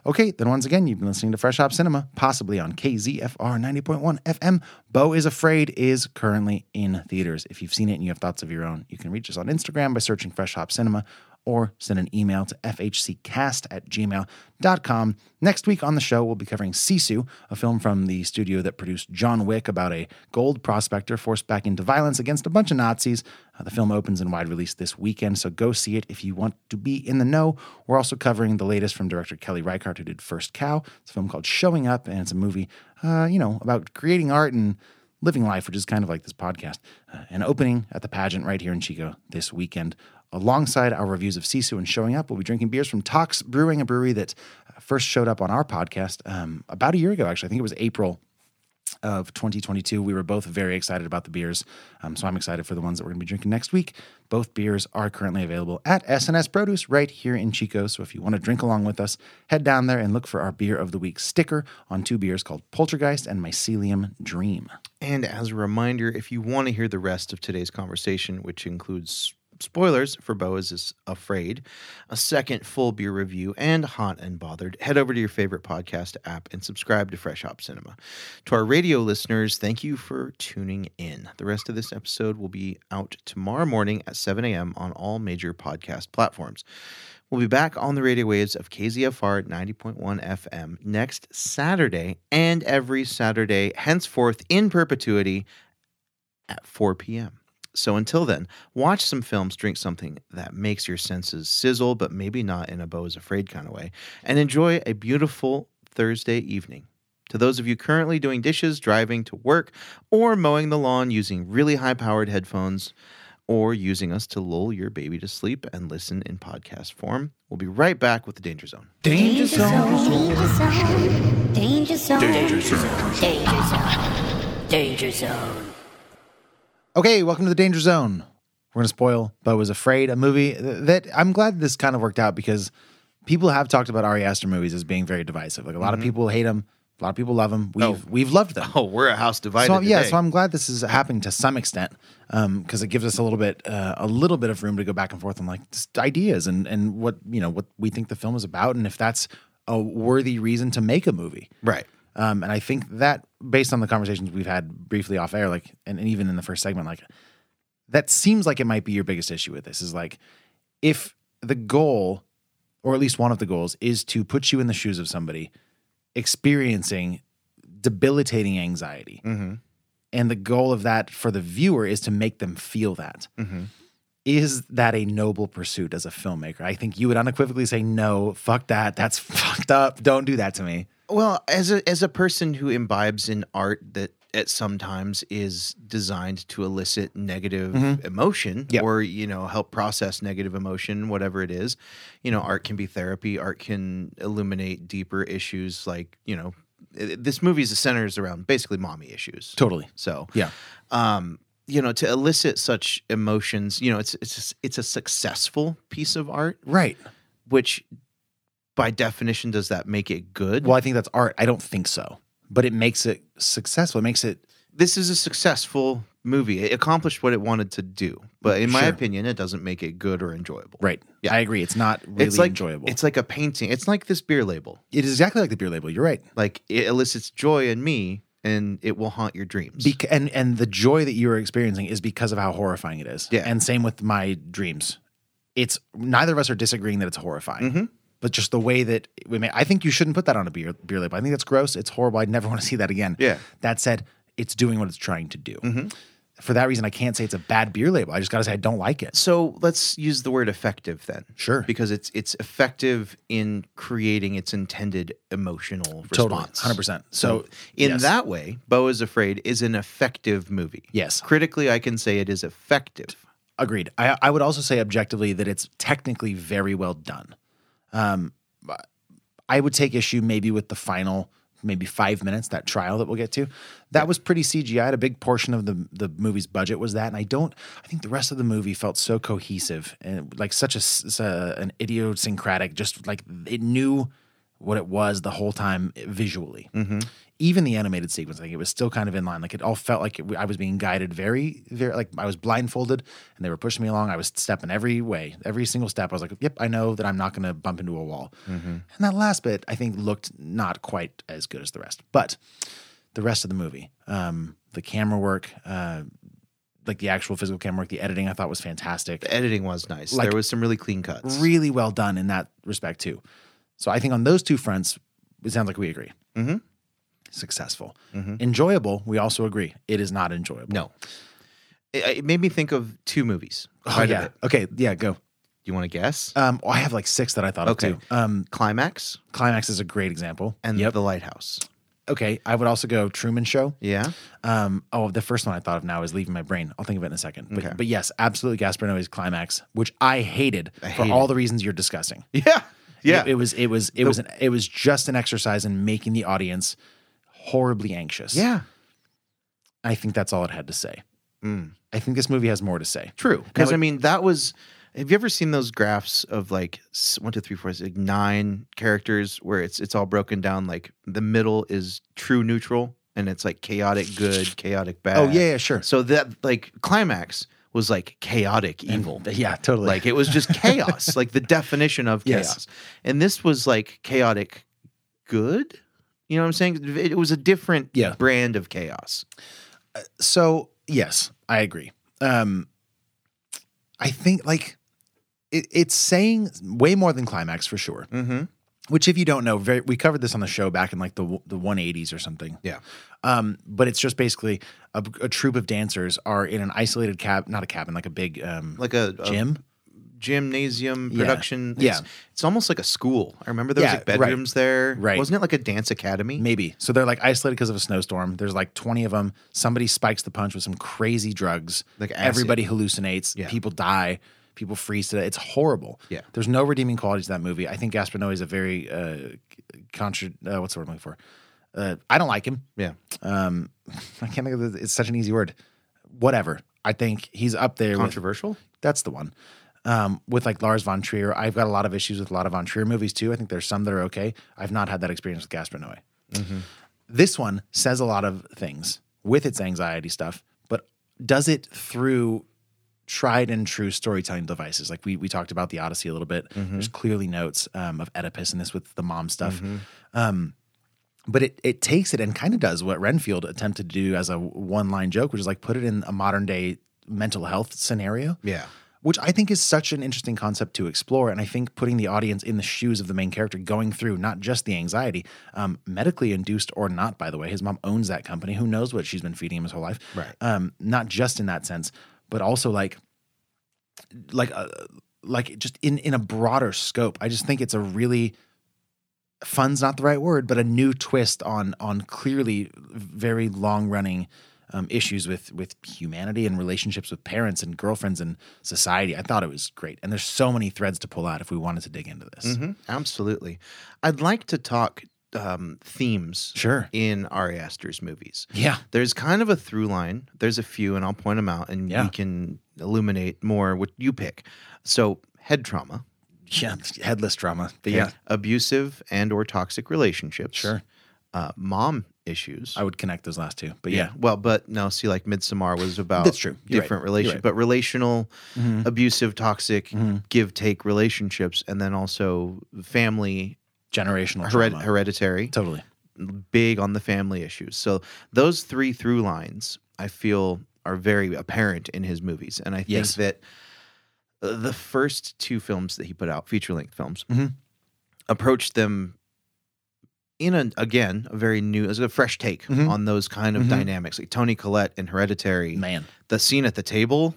[SPEAKER 1] Okay, then once again, you've been listening to Fresh Hop Cinema, possibly on KZFR 90.1 FM. Bo is Afraid is currently in theaters. If you've seen it and you have thoughts of your own, you can reach us on Instagram by searching Fresh Hop Cinema or send an email to fhccast at gmail.com. Next week on the show, we'll be covering Sisu, a film from the studio that produced John Wick about a gold prospector forced back into violence against a bunch of Nazis. Uh, the film opens in wide release this weekend, so go see it if you want to be in the know. We're also covering the latest from director Kelly Reichardt, who did First Cow. It's a film called Showing Up, and it's a movie, uh, you know, about creating art and living life, which is kind of like this podcast. Uh, and opening at the pageant right here in Chico this weekend. Alongside our reviews of Sisu and Showing Up, we'll be drinking beers from Tox Brewing, a brewery that uh, first showed up on our podcast um, about a year ago, actually. I think it was April of 2022. We were both very excited about the beers. Um, so I'm excited for the ones that we're going to be drinking next week. Both beers are currently available at SNS Produce right here in Chico. So if you want to drink along with us, head down there and look for our beer of the week sticker on two beers called Poltergeist and Mycelium Dream.
[SPEAKER 6] And as a reminder, if you want to hear the rest of today's conversation, which includes spoilers for Boas is Afraid, a second full beer review, and Hot and Bothered, head over to your favorite podcast app and subscribe to Fresh Hop Cinema. To our radio listeners, thank you for tuning in. The rest of this episode will be out tomorrow morning at 7 a.m. on all major podcast platforms. We'll be back on the radio waves of KZFR 90.1 FM next Saturday and every Saturday, henceforth in perpetuity at 4 p.m. So until then, watch some films, drink something that makes your senses sizzle, but maybe not in a Bo is Afraid kind of way, and enjoy a beautiful Thursday evening. To those of you currently doing dishes, driving to work, or mowing the lawn using really high powered headphones, or using us to lull your baby to sleep and listen in podcast form, we'll be right back with the Danger Zone.
[SPEAKER 13] Danger Zone. Danger Zone.
[SPEAKER 14] Danger Zone. Danger Zone. Danger Zone.
[SPEAKER 1] Okay, welcome to the Danger Zone. We're going to spoil Bo is Afraid, a movie that I'm glad this kind of worked out because people have talked about Ari Aster movies as being very divisive. Like a lot mm-hmm. of people hate them, a lot of people love them. We've
[SPEAKER 6] Oh.
[SPEAKER 1] we've loved them.
[SPEAKER 6] Oh, we're a house divided.
[SPEAKER 1] So yeah,
[SPEAKER 6] today.
[SPEAKER 1] so I'm glad this is happening to some extent because it gives us a little bit uh, a little bit of room to go back and forth on like just ideas and and what you know what we think the film is about and if that's a worthy reason to make a movie.
[SPEAKER 6] right.
[SPEAKER 1] Um, and I think that based on the conversations we've had briefly off air, like, and, and even in the first segment, like, that seems like it might be your biggest issue with this is like, if the goal, or at least one of the goals, is to put you in the shoes of somebody experiencing debilitating anxiety,
[SPEAKER 6] Mm-hmm.
[SPEAKER 1] and the goal of that for the viewer is to make them feel that.
[SPEAKER 6] Mm-hmm.
[SPEAKER 1] Is that a noble pursuit as a filmmaker? I think you would unequivocally say, no, fuck that. That's fucked up. Don't do that to me.
[SPEAKER 6] Well, as a as a person who imbibes in art that at sometimes is designed to elicit negative
[SPEAKER 1] Mhm.
[SPEAKER 6] emotion
[SPEAKER 1] Yep.
[SPEAKER 6] or you know help process negative emotion whatever it is you know art can be therapy art can illuminate deeper issues like you know i- this movie is centers around basically mommy issues
[SPEAKER 1] Totally.
[SPEAKER 6] so
[SPEAKER 1] Yeah.
[SPEAKER 6] um you know to elicit such emotions you know it's it's it's a successful piece of art
[SPEAKER 1] Right.
[SPEAKER 6] which by definition does that make it good
[SPEAKER 1] Well, I think that's art. I don't think so, but it makes it successful. It makes it
[SPEAKER 6] this is a successful movie. It accomplished what it wanted to do, but in my
[SPEAKER 1] Sure.
[SPEAKER 6] opinion, it doesn't make it good or enjoyable.
[SPEAKER 1] right.
[SPEAKER 6] Yeah.
[SPEAKER 1] I agree. It's not really
[SPEAKER 6] it's like
[SPEAKER 1] enjoyable.
[SPEAKER 6] It's like a painting. It's like this beer label.
[SPEAKER 1] it is exactly like the beer label. You're right.
[SPEAKER 6] Like it elicits joy in me, and it will haunt your dreams.
[SPEAKER 1] Bec- and and the joy that you are experiencing is because of how horrifying it is.
[SPEAKER 6] Yeah.
[SPEAKER 1] And same with my dreams. It's neither of us are disagreeing that it's horrifying.
[SPEAKER 6] Mhm.
[SPEAKER 1] But just the way that we may, I think you shouldn't put that on a beer beer label. I think that's gross. It's horrible. I'd never want to see that again.
[SPEAKER 6] Yeah.
[SPEAKER 1] That said, it's doing what it's trying to do.
[SPEAKER 6] Mhm.
[SPEAKER 1] For that reason, I can't say it's a bad beer label. I just got to say I don't like it.
[SPEAKER 6] so let's use the word effective then.
[SPEAKER 1] Sure.
[SPEAKER 6] Because it's it's effective in creating its intended emotional
[SPEAKER 1] Totally.
[SPEAKER 6] response.
[SPEAKER 1] 100%.
[SPEAKER 6] So
[SPEAKER 1] So,
[SPEAKER 6] in
[SPEAKER 1] yes.
[SPEAKER 6] that way, Bo is Afraid is an effective movie.
[SPEAKER 1] Yes.
[SPEAKER 6] Critically, I can say it is effective.
[SPEAKER 1] Agreed. I, I would also say objectively that it's technically very well done. Um, but I would take issue maybe with the final maybe five minutes that trial that we'll get to. That was pretty CGI. A big portion of the the movie's budget was that, and I don't. I think the rest of the movie felt so cohesive and like such a, s- s- a- an idiosyncratic. Just like it knew what it was the whole time visually. Even the animated sequence, like it was still kind of in line. Like it all felt like it, I was being guided very, very, like I was blindfolded and they were pushing me along. I was stepping every way, every single step. I was like, yep, I know that I'm not going to bump into a wall. And that last bit, I think, looked not quite as good as the rest. But the rest of the movie, um, the camera work, uh, like the actual physical camera work, the editing I thought was fantastic.
[SPEAKER 6] The editing was nice.
[SPEAKER 1] Like-
[SPEAKER 6] there was some really clean cuts.
[SPEAKER 1] Really well done in that respect too. So I think on those two fronts, it sounds like we agree.
[SPEAKER 6] Mm-hmm.
[SPEAKER 1] Successful,
[SPEAKER 6] Mhm.
[SPEAKER 1] enjoyable. We also agree it is not enjoyable.
[SPEAKER 6] No. It, it made me think of two movies.
[SPEAKER 1] Oh
[SPEAKER 6] Quite a
[SPEAKER 1] yeah.
[SPEAKER 6] bit.
[SPEAKER 1] Okay. Yeah. Go.
[SPEAKER 6] You want to guess?
[SPEAKER 1] Um, oh, I have like six that I thought
[SPEAKER 6] Okay.
[SPEAKER 1] of too. Um,
[SPEAKER 6] Uh, Climax
[SPEAKER 1] Climax is a great example.
[SPEAKER 6] and The Lighthouse.
[SPEAKER 1] Okay, I would also go Truman Show.
[SPEAKER 6] Yeah.
[SPEAKER 1] Um, oh, the first one I thought of now is leaving my brain. I'll think of it in a second. But,
[SPEAKER 6] Okay.
[SPEAKER 1] but yes, absolutely, Gaspar Noé's climax, which I hated
[SPEAKER 6] I
[SPEAKER 1] for
[SPEAKER 6] hate
[SPEAKER 1] all
[SPEAKER 6] it.
[SPEAKER 1] the reasons you're discussing.
[SPEAKER 6] Yeah. Yeah.
[SPEAKER 1] it, it was it was it was an, it was just an exercise in making the audience horribly anxious.
[SPEAKER 6] yeah.
[SPEAKER 1] I think that's all it had to say.
[SPEAKER 6] Mm.
[SPEAKER 1] I think this movie has more to say.
[SPEAKER 6] True. Because
[SPEAKER 1] Now,
[SPEAKER 6] I mean, that was. Have you ever seen those graphs of like s- one, two, three, four, six, like nine characters where it's it's all broken down? Like the middle is true neutral, and it's like chaotic good, chaotic bad.
[SPEAKER 1] Oh yeah, yeah, sure.
[SPEAKER 6] So that like climax was like chaotic
[SPEAKER 1] And-
[SPEAKER 6] evil.
[SPEAKER 1] yeah, totally.
[SPEAKER 6] Like it was just chaos, like the definition of chaos.
[SPEAKER 1] Yes.
[SPEAKER 6] And this was like chaotic good. You know what I'm saying? It was a different
[SPEAKER 1] Yeah.
[SPEAKER 6] brand of chaos.
[SPEAKER 1] so yes, I agree. Um, I think like it, it's saying way more than climax for sure.
[SPEAKER 6] Mm-hmm.
[SPEAKER 1] Which, if you don't know, very, we covered this on the show back in like the the 180s or something.
[SPEAKER 6] Yeah.
[SPEAKER 1] Um, but it's just basically a, a troop of dancers are in an isolated cab, not a cabin, like a big um,
[SPEAKER 6] Like a, a
[SPEAKER 1] gym.
[SPEAKER 6] gymnasium
[SPEAKER 1] Yeah.
[SPEAKER 6] production.
[SPEAKER 1] Yeah.
[SPEAKER 6] It's, it's almost like a school. I remember there
[SPEAKER 1] Yeah,
[SPEAKER 6] was like
[SPEAKER 1] right.
[SPEAKER 6] bedrooms there.
[SPEAKER 1] Right.
[SPEAKER 6] Wasn't it like a dance academy?
[SPEAKER 1] Maybe. So they're like isolated because of a snowstorm. There's like 20 of them. Somebody spikes the punch with some crazy drugs.
[SPEAKER 6] Like acid.
[SPEAKER 1] everybody hallucinates.
[SPEAKER 6] Yeah.
[SPEAKER 1] People die. People freeze to death. It's horrible.
[SPEAKER 6] Yeah.
[SPEAKER 1] There's no redeeming qualities to that movie. I think Gaspar Noé is a very uh, contra. Uh, what's the word I'm looking for? Uh, I don't like him.
[SPEAKER 6] Yeah.
[SPEAKER 1] Um, I can't think of the, it's such an easy word. Whatever. I think he's up there. with-
[SPEAKER 6] Controversial?
[SPEAKER 1] that's the one. Um, with like Lars von Trier, I've got a lot of issues with a lot of von Trier movies too. I think there's some that are okay. I've not had that experience with Gaspar Noé. This one says a lot of things with its anxiety stuff, but does it through tried and true storytelling devices. Like we we talked about the Odyssey a little bit. There's clearly notes um, of Oedipus in this with the mom stuff. Um, but it it takes it and kind of does what Renfield attempted to do as a one line joke, which is like put it in a modern day mental health scenario
[SPEAKER 6] Yeah.
[SPEAKER 1] which I think is such an interesting concept to explore. And I think putting the audience in the shoes of the main character going through not just the anxiety, um, medically induced or not, by the way, his mom owns that company. Who knows what she's been feeding him his whole life?
[SPEAKER 6] Right.
[SPEAKER 1] Um, not just in that sense, but also like, like, uh, like just in in a broader scope. I just think it's a really fun's not the right word, but a new twist on on clearly very long running um, issues with with humanity and relationships with parents and girlfriends and society. I thought it was great, and there's so many threads to pull out if we wanted to dig into this.
[SPEAKER 6] Mhm. Absolutely. I'd like to talk um, themes
[SPEAKER 1] Sure.
[SPEAKER 6] in Ari Aster's movies.
[SPEAKER 1] Yeah.
[SPEAKER 6] There's kind of a through line. There's a few, and I'll point them out, and
[SPEAKER 1] Yeah.
[SPEAKER 6] we can illuminate more what you pick. So, head trauma.
[SPEAKER 1] Yeah. Headless drama. But
[SPEAKER 6] okay?
[SPEAKER 1] yeah.
[SPEAKER 6] Abusive and or toxic relationships.
[SPEAKER 1] Sure.
[SPEAKER 6] Uh, mom issues.
[SPEAKER 1] I would connect those last two. But yeah.
[SPEAKER 6] Well, but no, see, like Midsommar was about
[SPEAKER 1] That's true. You're right.
[SPEAKER 6] different
[SPEAKER 1] You're
[SPEAKER 6] relation,
[SPEAKER 1] right. Mm-hmm.
[SPEAKER 6] but relational, abusive, toxic, give take relationships, and then also family,
[SPEAKER 1] Generational
[SPEAKER 6] hered-
[SPEAKER 1] trauma.
[SPEAKER 6] hereditary,
[SPEAKER 1] Totally.
[SPEAKER 6] big on the family issues. So those three through lines, I feel, are very apparent in his movies, and I think
[SPEAKER 1] Yes.
[SPEAKER 6] that uh, the first two films that he put out, feature length films,
[SPEAKER 1] Mhm.
[SPEAKER 6] approached them in a again a very new, it was a fresh take
[SPEAKER 1] Mhm.
[SPEAKER 6] on those kind of
[SPEAKER 1] Mhm.
[SPEAKER 6] dynamics, like Tony Collette in Hereditary.
[SPEAKER 1] Man.
[SPEAKER 6] The scene at the table,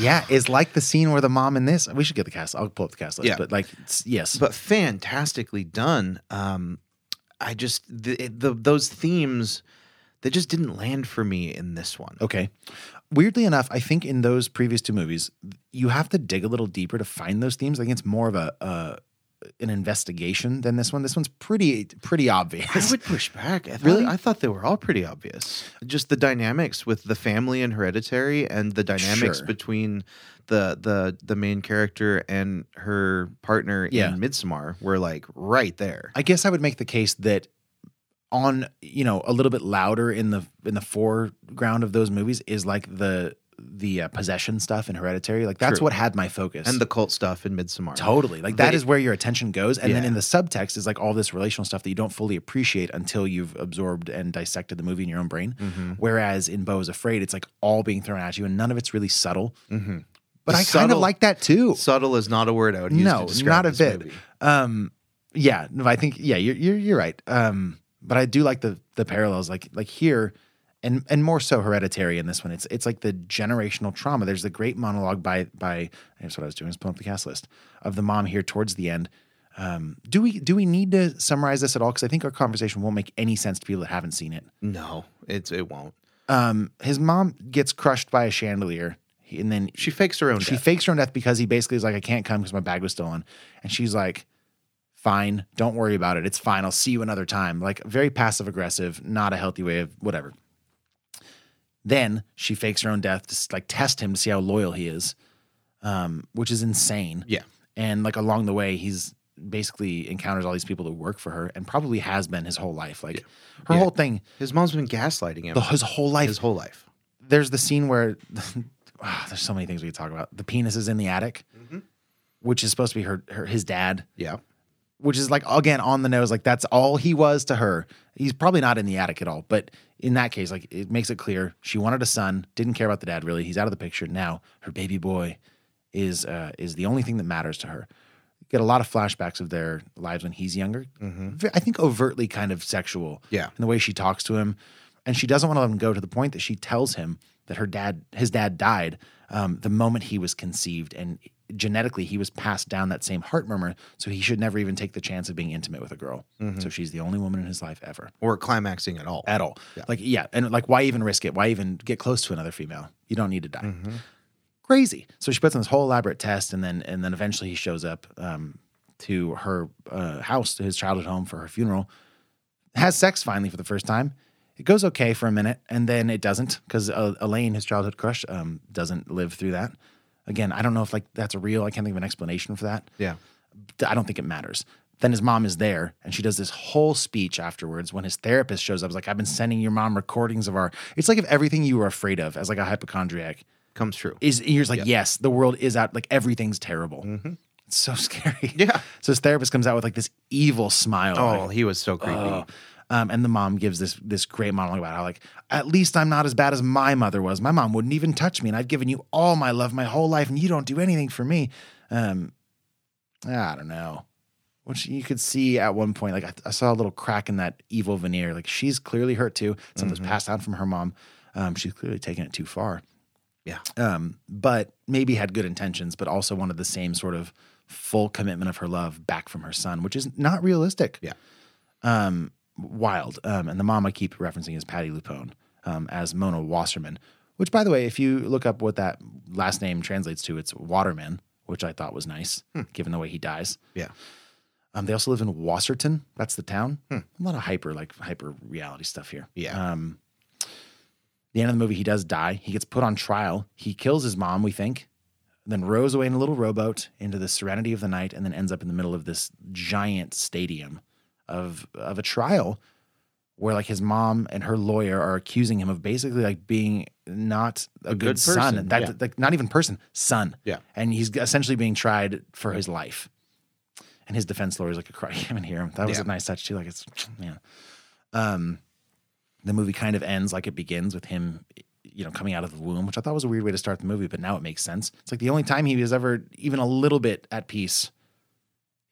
[SPEAKER 1] Yeah. Is like the scene where the mom in this. We should get the cast. I'll pull up the cast list.
[SPEAKER 6] Yeah.
[SPEAKER 1] But like, it's- yes.
[SPEAKER 6] but fantastically done. Um, I just the, the those themes they just didn't land for me in this one.
[SPEAKER 1] Okay. Weirdly enough, I think in those previous two movies, you have to dig a little deeper to find those themes. I think it's more of a uh, an investigation than this one. This one's pretty pretty
[SPEAKER 6] I
[SPEAKER 1] obvious.
[SPEAKER 6] would push back. I thought,
[SPEAKER 1] Really?
[SPEAKER 6] I thought they were all pretty obvious. Just the dynamics with the family and hereditary, and the dynamics
[SPEAKER 1] Sure.
[SPEAKER 6] between the the the main character and her partner
[SPEAKER 1] Yeah.
[SPEAKER 6] in Midsommar were like right there.
[SPEAKER 1] I guess I would make the case that on you know a little bit louder in the in the foreground of those movies is like the the uh, possession stuff in Hereditary. Like that's
[SPEAKER 6] True.
[SPEAKER 1] what had my focus.
[SPEAKER 6] and the cult stuff in Midsommar.
[SPEAKER 1] Totally. Like that
[SPEAKER 6] They-
[SPEAKER 1] is where your attention goes. And then
[SPEAKER 6] Yeah.
[SPEAKER 1] in the subtext is like all this relational stuff that you don't fully appreciate until you've absorbed and dissected the movie in your own brain.
[SPEAKER 6] Mhm.
[SPEAKER 1] Whereas in Bo is Afraid, it's like all being thrown at you and none of it's really subtle.
[SPEAKER 6] Mhm.
[SPEAKER 1] But I kind of
[SPEAKER 6] Subtle-
[SPEAKER 1] like that too.
[SPEAKER 6] Subtle is not a word I would use.
[SPEAKER 1] No,
[SPEAKER 6] to describe
[SPEAKER 1] not a
[SPEAKER 6] this
[SPEAKER 1] bit.
[SPEAKER 6] movie.
[SPEAKER 1] Um, yeah, no, I think yeah, you're you're you're right. Um, but I do like the the parallels, like like here, and and more so hereditary in this one. It's it's like the generational trauma. There's the great monologue by by that's what I was doing is pulling up the cast list of the mom here towards the end. Um, do we do we need to summarize this at all? Because I think our conversation won't make any sense to people that haven't seen it.
[SPEAKER 6] No, it's it won't.
[SPEAKER 1] Um, his mom gets crushed by a chandelier, and then
[SPEAKER 6] She fakes her own.
[SPEAKER 1] she
[SPEAKER 6] death.
[SPEAKER 1] fakes her own death because he basically is like, I can't come because my bag was stolen. And she's like, fine, don't worry about it. It's fine. I'll see you another time. Like, very passive aggressive, not a healthy way of whatever. Then she fakes her own death to like test him to see how loyal he is, um, which is insane.
[SPEAKER 6] Yeah.
[SPEAKER 1] And like along the way, he's basically encounters all these people that work for her and probably has been his whole life. Like, her
[SPEAKER 6] Yeah.
[SPEAKER 1] whole thing,
[SPEAKER 6] His mom's been gaslighting him
[SPEAKER 1] the, his whole life,
[SPEAKER 6] his whole life.
[SPEAKER 1] there's the scene where ah, there's so many things we could talk about. The penis is in the attic, which is supposed to be her, her his dad,
[SPEAKER 6] Yeah.
[SPEAKER 1] which is like again on the nose. Like that's all he was to her. He's probably not in the attic at all, but in that case, like it makes it clear she wanted a son, didn't care about the dad really. He's out of the picture now. Her baby boy is uh, is the only thing that matters to her. Get a lot of flashbacks of their lives when he's younger. Ve- I think overtly kind of sexual.
[SPEAKER 6] Yeah.
[SPEAKER 1] In the way she talks to him, and she doesn't want to let him go to the point that she tells him that her dad, his dad, died um, the moment he was conceived, and genetically he was passed down that same heart murmur, so he should never even take the chance of being intimate with a girl. So she's the only woman in his life ever
[SPEAKER 6] Or climaxing at all.
[SPEAKER 1] at all.
[SPEAKER 6] Yeah.
[SPEAKER 1] Like, yeah, and like, why even risk it? Why even get close to another female? You don't need to die. Crazy. So she puts on this whole elaborate test, and then and then eventually he shows up um, to her uh, house, to his childhood home for her funeral. Has sex finally for the first time. It goes okay for a minute, and then it doesn't because uh, Elaine, his childhood crush, um, doesn't live through that. Again, I don't know if like that's a real. I can't think of an explanation for that.
[SPEAKER 6] Yeah.
[SPEAKER 1] I don't think it matters. Then his mom is there and she does this whole speech afterwards when his therapist shows up. It's like, I've been sending your mom recordings of our it's like if everything you were afraid of as like a hypochondriac
[SPEAKER 6] Comes true.
[SPEAKER 1] is you're just like,
[SPEAKER 6] Yeah. Mm-hmm.
[SPEAKER 1] yes, the world is out, like everything's terrible. It's so scary.
[SPEAKER 6] Yeah.
[SPEAKER 1] So his therapist comes out with like this evil smile.
[SPEAKER 6] Oh,
[SPEAKER 1] like,
[SPEAKER 6] he was so creepy.
[SPEAKER 1] "Oh." Um, and the mom gives this this great monologue about how like at least I'm not as bad as my mother was. My mom wouldn't even touch me, and I've given you all my love my whole life, and you don't do anything for me. Um, I don't know. Which you could see at one point, like I, I saw a little crack in that evil veneer. Like she's clearly hurt too. Something's passed down from her mom. Um, she's clearly taken it too far
[SPEAKER 6] Yeah.
[SPEAKER 1] um, but maybe had good intentions, but also wanted the same sort of full commitment of her love back from her son, which is not realistic.
[SPEAKER 6] Yeah.
[SPEAKER 1] Um, wild. Um, and the mom I keep referencing is Patty Lupone um, as Mona Wasserman, which, by the way, if you look up what that last name translates to, it's Waterman, which I thought was nice given the way he dies.
[SPEAKER 6] Yeah.
[SPEAKER 1] Um, they also live in Wasserton. That's the town. A lot of hyper, like hyper reality stuff here.
[SPEAKER 6] Hmm. Yeah.
[SPEAKER 1] Um, the end of the movie, he does die. He gets put on trial. He kills his mom, we think, then rows away in a little rowboat into the serenity of the night, and then ends up in the middle of this giant stadium of of a trial where like his mom and her lawyer are accusing him of basically like being not a, good,
[SPEAKER 6] good
[SPEAKER 1] son,
[SPEAKER 6] person,
[SPEAKER 1] That-
[SPEAKER 6] yeah.
[SPEAKER 1] like not even person, son.
[SPEAKER 6] Yeah.
[SPEAKER 1] and he's essentially being tried for his life. And his defense lawyer is like a cry. You can't even hear him. That was a
[SPEAKER 6] Yeah.
[SPEAKER 1] nice touch too. Like it's man. Um, the movie kind of ends like it begins with him, you know, coming out of the womb, which I thought was a weird way to start the movie, but now it makes sense. It's like the only time he was ever even a little bit at peace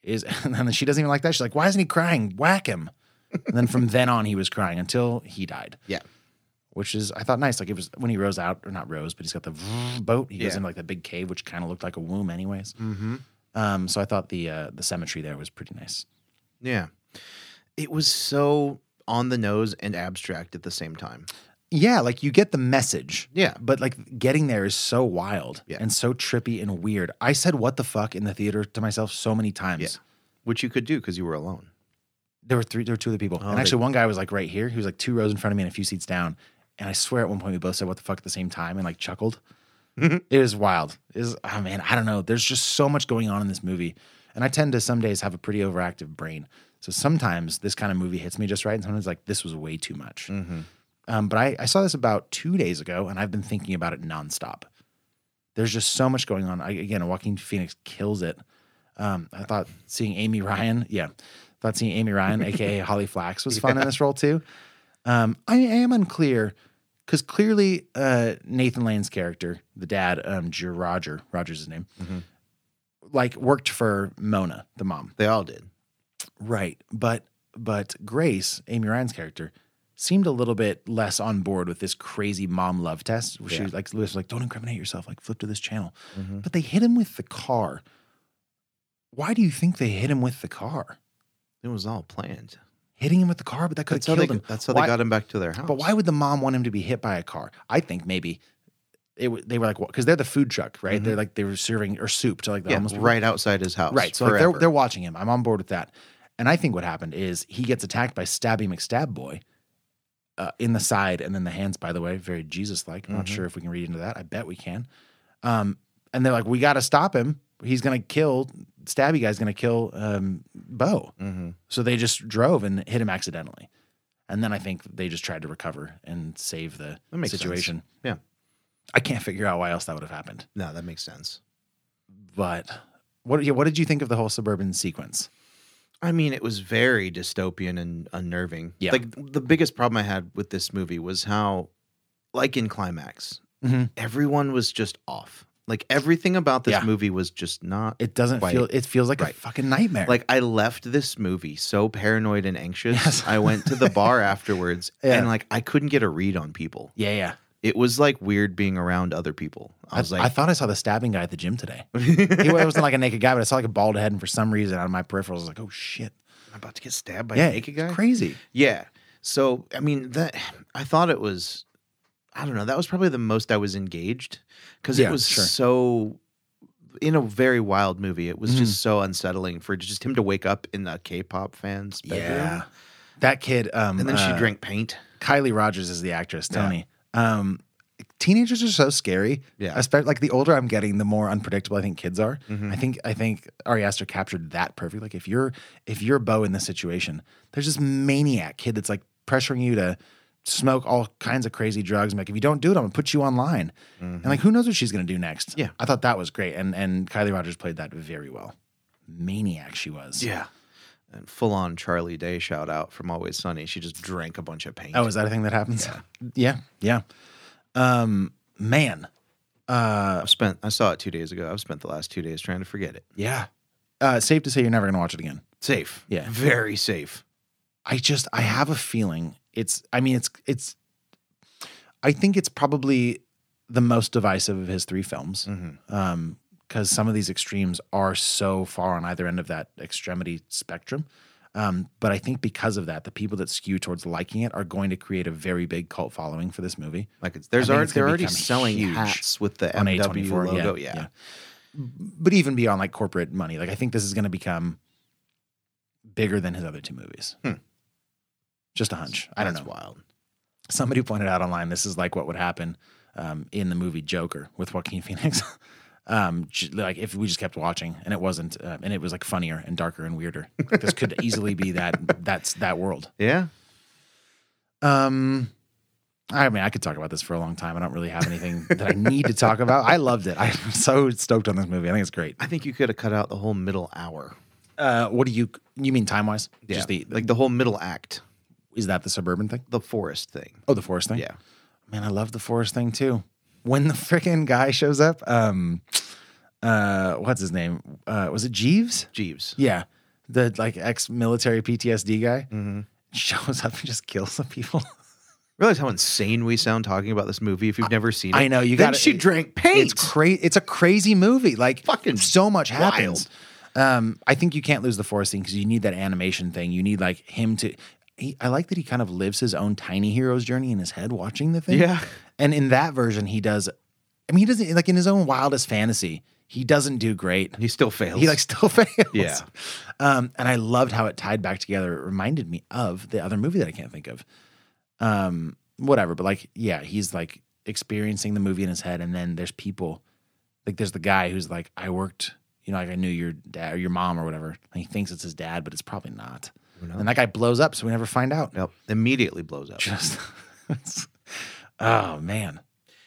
[SPEAKER 1] is, and then she doesn't even like that. She's like, why isn't he crying? Whack him. And then from then on, he was crying until he died,
[SPEAKER 6] Yeah.
[SPEAKER 1] which is, I thought, nice. Like it was when he rose out, or not rose, but he's got the boat. He goes
[SPEAKER 6] Yeah.
[SPEAKER 1] into like the big cave, which kind of looked like a womb, anyways.
[SPEAKER 6] Mm-hmm.
[SPEAKER 1] Um, so I thought the uh, the symmetry there was pretty nice.
[SPEAKER 6] Yeah. It was so on the nose and abstract at the same time.
[SPEAKER 1] Yeah, like you get the message.
[SPEAKER 6] Yeah.
[SPEAKER 1] But like getting there is so wild
[SPEAKER 6] Yeah.
[SPEAKER 1] and so trippy and weird. I said what the fuck in the theater to myself so many times.
[SPEAKER 6] Yeah. Which you could do because you were alone.
[SPEAKER 1] There were three there were two other people.
[SPEAKER 6] Oh,
[SPEAKER 1] and
[SPEAKER 6] they-
[SPEAKER 1] actually one guy was like right here. He was like two rows in front of me and a few seats down. And I swear at one point we both said what the fuck at the same time and like chuckled. It was wild. It was oh man, I don't know. There's just so much going on in this movie. And I tend to some days have a pretty overactive brain. So sometimes this kind of movie hits me just right, and sometimes like this was way too much. Um, but I, I saw this about two days ago, and I've been thinking about it nonstop. There's just so much going on. I, again, Walking Phoenix kills it. Um, I thought seeing Amy Ryan, yeah, thought seeing Amy Ryan, aka Holly Flax, was fun in this role too. Um, I am unclear because clearly uh, Nathan Lane's character, the dad, um, G- Roger, Roger's his name,
[SPEAKER 6] Mhm.
[SPEAKER 1] like worked for Mona, the mom,
[SPEAKER 6] They all did.
[SPEAKER 1] right? But but Grace, Amy Ryan's character, seemed a little bit less on board with this crazy mom love test. Where She
[SPEAKER 6] Yeah. Mm-hmm.
[SPEAKER 1] was like, Lewis was like, "Don't incriminate yourself. Like, flip to this channel." But they hit him with the car. Why do you think they hit him with the car?
[SPEAKER 6] It was all planned.
[SPEAKER 1] Hitting him with the car, but that could have
[SPEAKER 6] That's how
[SPEAKER 1] killed
[SPEAKER 6] they,
[SPEAKER 1] him.
[SPEAKER 6] that's how
[SPEAKER 1] Why-
[SPEAKER 6] they got him back to their house.
[SPEAKER 1] But why would the mom want him to be hit by a car? I think maybe it, w- they were like, because they're the food truck, right? They're like they were serving or soup to like the
[SPEAKER 6] Mm-hmm. Yeah,
[SPEAKER 1] homeless people.
[SPEAKER 6] right outside his house.
[SPEAKER 1] right. So like, they're
[SPEAKER 6] forever.
[SPEAKER 1] they're watching him. I'm on board with that. And I think what happened is he gets attacked by Stabby McStab Boy uh, in the side and then the hands. By the way, very Jesus like. Not
[SPEAKER 6] Mhm.
[SPEAKER 1] sure if we can read into that. I bet we can. Um, and they're like, we got to stop him. He's gonna kill Stabby guy's gonna kill um, Bo.
[SPEAKER 6] Mhm.
[SPEAKER 1] So they just drove and hit him accidentally. And then I think they just tried to recover and save the
[SPEAKER 6] That makes
[SPEAKER 1] situation.
[SPEAKER 6] sense. Yeah.
[SPEAKER 1] I can't figure out why else that would have happened.
[SPEAKER 6] No, that makes sense.
[SPEAKER 1] But what yeah, what did you think of the whole suburban sequence?
[SPEAKER 6] I mean, it was very dystopian and unnerving.
[SPEAKER 1] Yeah.
[SPEAKER 6] Like th- the biggest problem I had with this movie was how, like in climax,
[SPEAKER 1] Mhm.
[SPEAKER 6] everyone was just off. Like everything about this
[SPEAKER 1] Yeah.
[SPEAKER 6] movie was just not.
[SPEAKER 1] It doesn't
[SPEAKER 6] quite-
[SPEAKER 1] feel it feels like a
[SPEAKER 6] right.
[SPEAKER 1] fucking nightmare.
[SPEAKER 6] Like I left this movie so paranoid and anxious.
[SPEAKER 1] Yes.
[SPEAKER 6] I went to the bar afterwards
[SPEAKER 1] Yeah.
[SPEAKER 6] and like I couldn't get a read on people.
[SPEAKER 1] yeah, yeah.
[SPEAKER 6] It was like weird being around other people. I
[SPEAKER 1] I,
[SPEAKER 6] was
[SPEAKER 1] I
[SPEAKER 6] like,
[SPEAKER 1] thought I saw the stabbing guy at the gym today. he wasn't like a naked guy, but I saw like a bald head, and for some reason, out of my peripherals, I was like, "Oh shit!"
[SPEAKER 6] I'm about to get stabbed by
[SPEAKER 1] yeah,
[SPEAKER 6] a naked guy.
[SPEAKER 1] it's crazy.
[SPEAKER 6] Yeah. So I mean that I thought it was I don't know, that was probably the most I was engaged cuz
[SPEAKER 1] Yeah,
[SPEAKER 6] it was
[SPEAKER 1] sure.
[SPEAKER 6] so in a very wild movie. It was
[SPEAKER 1] Mm.
[SPEAKER 6] just so unsettling for just him to wake up in a K-pop fan's bedroom.
[SPEAKER 1] Yeah, that kid. Um,
[SPEAKER 6] And then
[SPEAKER 1] uh,
[SPEAKER 6] she drank paint.
[SPEAKER 1] Kylie Rogers is the actress,
[SPEAKER 6] Yeah.
[SPEAKER 1] Tony. Um, teenagers are so scary.
[SPEAKER 6] Yeah. Mm-hmm.
[SPEAKER 1] Especially like the older I'm getting, the more unpredictable I think kids are. I think I think Ari Aster captured that perfectly. Like if you're if you're Bo in this situation, there's this maniac kid that's like pressuring you to smoke all kinds of crazy drugs. And like if you don't do it, I'm gonna put you online. And like who knows what she's gonna do next?
[SPEAKER 6] Mm-hmm. Yeah.
[SPEAKER 1] I thought that was great. And and Kylie Rogers played that very well. Maniac she was.
[SPEAKER 6] Yeah. And full on Charlie Day shout out from Always Sunny. She just drank a bunch of paint.
[SPEAKER 1] Oh, is that a thing that happens? Yeah. Yeah. Um, man. Uh,
[SPEAKER 6] I've spent I saw it 2 days ago. I've spent the last 2 days trying to forget it.
[SPEAKER 1] yeah. Uh, safe to say you're never going to watch it again.
[SPEAKER 6] Safe.
[SPEAKER 1] Yeah.
[SPEAKER 6] Very safe.
[SPEAKER 1] I just, I have a feeling it's, I mean, it's, it's, I think it's probably the most divisive of his three films.
[SPEAKER 6] Mhm.
[SPEAKER 1] Um, because some of these extremes are so far on either end of that extremity spectrum. Um, but I think because of that, the people that skew towards liking it are going to create a very big cult following for this movie.
[SPEAKER 6] Like it's, there's
[SPEAKER 1] I think
[SPEAKER 6] already
[SPEAKER 1] it's
[SPEAKER 6] they're
[SPEAKER 1] gonna
[SPEAKER 6] already
[SPEAKER 1] become
[SPEAKER 6] selling
[SPEAKER 1] huge
[SPEAKER 6] hats with the
[SPEAKER 1] on
[SPEAKER 6] MW
[SPEAKER 1] A24,
[SPEAKER 6] logo.
[SPEAKER 1] yeah,
[SPEAKER 6] Yeah,
[SPEAKER 1] but even beyond like corporate money, like I think this is going to become bigger than his other two movies.
[SPEAKER 6] Hmm.
[SPEAKER 1] Just a hunch. I don't know.
[SPEAKER 6] That's wild.
[SPEAKER 1] Somebody pointed out online this is like what would happen um, in the movie Joker with Joaquin Phoenix. um, j- like if we just kept watching and it wasn't, uh, and it was like funnier and darker and weirder. Like, this could easily be that that's that world.
[SPEAKER 6] Yeah,
[SPEAKER 1] Um, I mean, I could talk about this for a long time. I don't really have anything that I need to talk about. I loved it. I'm so stoked on this movie. I think it's great.
[SPEAKER 6] I think you could have cut out the whole middle hour.
[SPEAKER 1] Uh, what do you you mean time wise?
[SPEAKER 6] Yeah,
[SPEAKER 1] Just the
[SPEAKER 6] like the whole middle act,
[SPEAKER 1] is that the suburban thing?
[SPEAKER 6] the forest thing.
[SPEAKER 1] Oh, the forest thing.
[SPEAKER 6] Yeah,
[SPEAKER 1] man, I love the forest thing too. When the freaking guy shows up, um, uh, what's his name? Uh, was it Jeeves?
[SPEAKER 6] Jeeves.
[SPEAKER 1] Yeah, the like ex-military PTSD guy
[SPEAKER 6] Mm-hmm.
[SPEAKER 1] shows up and just kills the people.
[SPEAKER 6] Realize how insane we sound talking about this movie if you've never seen it.
[SPEAKER 1] I know, you
[SPEAKER 6] Then
[SPEAKER 1] gotta-
[SPEAKER 6] she drank paint.
[SPEAKER 1] It's crazy. It's a crazy movie. Like
[SPEAKER 6] Fucking
[SPEAKER 1] so much happens. Um, I think you can't lose the forest thing because you need that animation thing. You need like him to. He, I like that he kind of lives his own tiny hero's journey in his head, watching the thing.
[SPEAKER 6] Yeah.
[SPEAKER 1] And in that version, he does. I mean, he doesn't like in his own wildest fantasy. He doesn't do great.
[SPEAKER 6] He still fails.
[SPEAKER 1] He like still fails.
[SPEAKER 6] Yeah.
[SPEAKER 1] Um, and I loved how it tied back together. It reminded me of the other movie that I can't think of. Um, whatever. But like, yeah, he's like experiencing the movie in his head, and then there's people. Like, there's the guy who's like, I worked. You know, like I knew your dad or your mom or whatever. And he thinks it's his dad, but it's probably not.
[SPEAKER 6] knows?
[SPEAKER 1] And that guy blows up, so we never find out.
[SPEAKER 6] Yep. Immediately blows up.
[SPEAKER 1] Just oh man.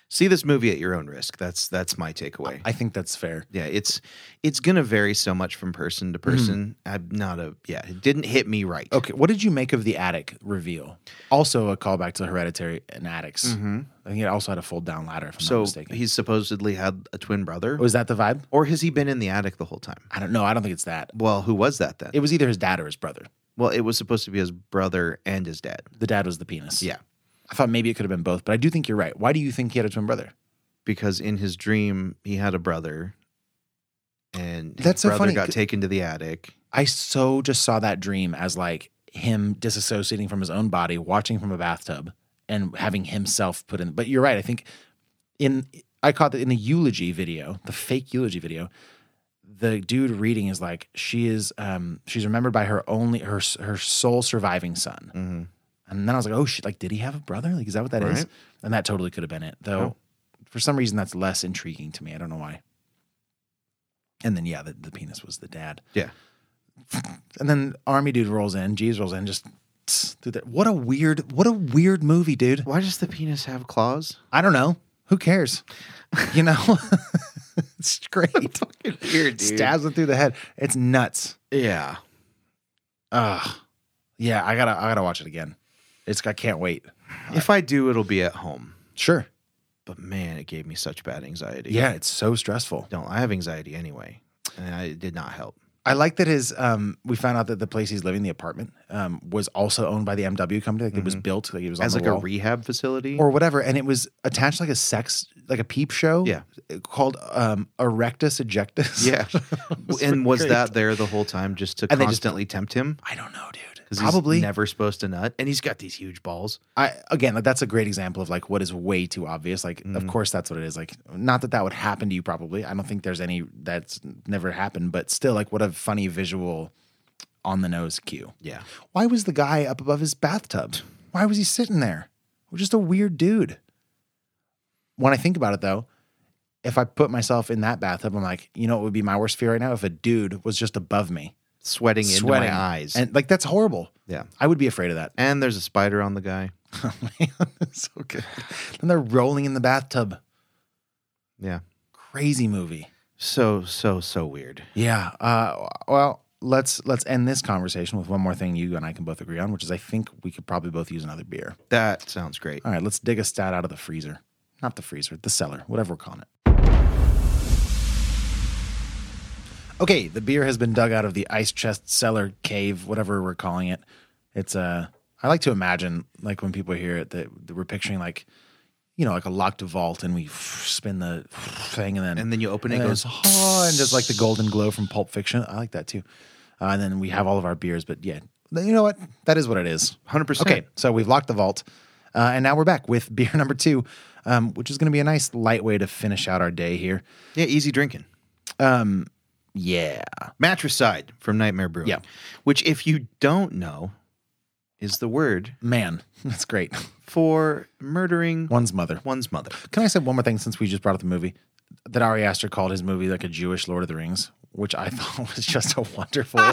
[SPEAKER 6] See this movie at your own risk. That's that's my takeaway.
[SPEAKER 1] I think that's fair.
[SPEAKER 6] Yeah, it's it's gonna vary so much from person to person. I'm not a yeah. It didn't hit me right.
[SPEAKER 1] Mm-hmm. Okay, what did you make of the attic reveal? Also a callback to Hereditary and Addicts.
[SPEAKER 6] Mhm.
[SPEAKER 1] I think it also had a fold down ladder. If I'm not
[SPEAKER 6] So
[SPEAKER 1] mistaken. Oh,
[SPEAKER 6] he's supposedly had a twin brother.
[SPEAKER 1] Was that the vibe?
[SPEAKER 6] or has he been in the attic the whole time?
[SPEAKER 1] I don't know. I don't think it's that.
[SPEAKER 6] Well, who was that then?
[SPEAKER 1] It was either his dad or his brother.
[SPEAKER 6] well, it was supposed to be his brother and his dad.
[SPEAKER 1] The dad was the penis.
[SPEAKER 6] Yeah.
[SPEAKER 1] I thought maybe it could have been both, but I do think you're right. Why do you think he had a twin brother?
[SPEAKER 6] because in his dream he had a brother, and his
[SPEAKER 1] That's so
[SPEAKER 6] brother
[SPEAKER 1] funny,
[SPEAKER 6] got
[SPEAKER 1] 'cause-
[SPEAKER 6] taken to the attic.
[SPEAKER 1] I so just saw that dream as like him disassociating from his own body, watching from a bathtub, and having himself put in. But you're right. I think in I caught that in the eulogy video, the fake eulogy video. The dude reading is like she is. Um, she's remembered by her only her her sole surviving son. And then I was like, oh shit! Like, did he have a brother? Like, is that what that is?
[SPEAKER 6] Right.
[SPEAKER 1] And that totally could have been it, though. For some reason, that's less intriguing to me. I don't know why. And then yeah, the, the penis was the dad.
[SPEAKER 6] Yeah,
[SPEAKER 1] And then army dude rolls in, Jeeves rolls in, just through that. What a weird, what a weird movie, dude.
[SPEAKER 6] why does the penis have claws?
[SPEAKER 1] I don't know. Who cares? You know, it's great.
[SPEAKER 6] Weird,
[SPEAKER 1] Stabs him through the head. It's nuts.
[SPEAKER 6] Yeah,
[SPEAKER 1] Ugh. Yeah, I gotta, I gotta watch it again. It's, I can't wait.
[SPEAKER 6] if I do, it'll be at home.
[SPEAKER 1] Sure.
[SPEAKER 6] But man, it gave me such bad anxiety.
[SPEAKER 1] Yeah, it's so stressful.
[SPEAKER 6] don't I have anxiety anyway, and I, it did not help.
[SPEAKER 1] I like that his. Um, we found out that the place he's living, the apartment, um, was also owned by the MW company. Like it was built. Like it was on
[SPEAKER 6] Mm-hmm. As
[SPEAKER 1] the
[SPEAKER 6] like a
[SPEAKER 1] wall.
[SPEAKER 6] rehab facility,
[SPEAKER 1] or whatever, and it was attached like a sex, like a peep show,
[SPEAKER 6] Yeah.
[SPEAKER 1] called um, Erectus Ejectus.
[SPEAKER 6] yeah. and was
[SPEAKER 1] great.
[SPEAKER 6] that there the whole time just to
[SPEAKER 1] And they just-
[SPEAKER 6] constantly tempt him?
[SPEAKER 1] I don't know, dude.
[SPEAKER 6] 'Cause
[SPEAKER 1] Probably.
[SPEAKER 6] he's never supposed to nut, and he's got these huge balls.
[SPEAKER 1] I again, like that's a great example of like what is way too obvious. Like,
[SPEAKER 6] Mm-hmm.
[SPEAKER 1] of course, that's what it is. Like, not that that would happen to you. Probably, I don't think there's any that's never happened. But still, like, what a funny visual, on the nose cue.
[SPEAKER 6] Yeah,
[SPEAKER 1] Why was the guy up above his bathtub? Why was he sitting there? We're just a weird dude. When I think about it though, if I put myself in that bathtub, I'm like, you know what would be my worst fear right now? If a dude was just above me,
[SPEAKER 6] sweating,
[SPEAKER 1] sweating.
[SPEAKER 6] into my eyes.
[SPEAKER 1] And like that's horrible.
[SPEAKER 6] yeah,
[SPEAKER 1] I would be afraid of that. Oh,
[SPEAKER 6] and there's a spider on the guy.
[SPEAKER 1] it's okay. Then they're rolling in the bathtub.
[SPEAKER 6] Yeah.
[SPEAKER 1] Crazy movie.
[SPEAKER 6] So so so weird.
[SPEAKER 1] Yeah. Uh, well, let's let's end this conversation with one more thing you and I can both agree on, which is I think we could probably both use another beer.
[SPEAKER 6] That sounds great.
[SPEAKER 1] All right, let's dig a stat out of the freezer. Not the freezer, the cellar, whatever we're calling it. Okay, the beer has been dug out of the ice chest, cellar, cave, whatever we're calling it. It's Uh, I like to imagine, like when people hear it, that, that we're picturing like, you know, like a locked vault, and we spin the thing, and then
[SPEAKER 6] And then you open it,
[SPEAKER 1] and
[SPEAKER 6] it
[SPEAKER 1] then
[SPEAKER 6] goes,
[SPEAKER 1] it's, "Oh," and just like the golden glow from Pulp Fiction. I like that too. Uh, and then we have all of our beers, but yeah, you know what? That is what it is.
[SPEAKER 6] 100%.
[SPEAKER 1] Okay, so we've locked the vault, uh, and now we're back with beer number two, um, which is going to be a nice light way to finish out our day here.
[SPEAKER 6] Yeah, easy drinking.
[SPEAKER 1] Yeah,
[SPEAKER 6] Matricide from Nightmare Brewing.
[SPEAKER 1] Yeah.
[SPEAKER 6] Which, if you don't know, is the word
[SPEAKER 1] man, that's great.
[SPEAKER 6] for murdering
[SPEAKER 1] One's mother.
[SPEAKER 6] one's mother.
[SPEAKER 1] Can I say one more thing since we just brought up the movie that Ari Aster called his movie like a Jewish Lord of the Rings, which I thought was just a wonderful way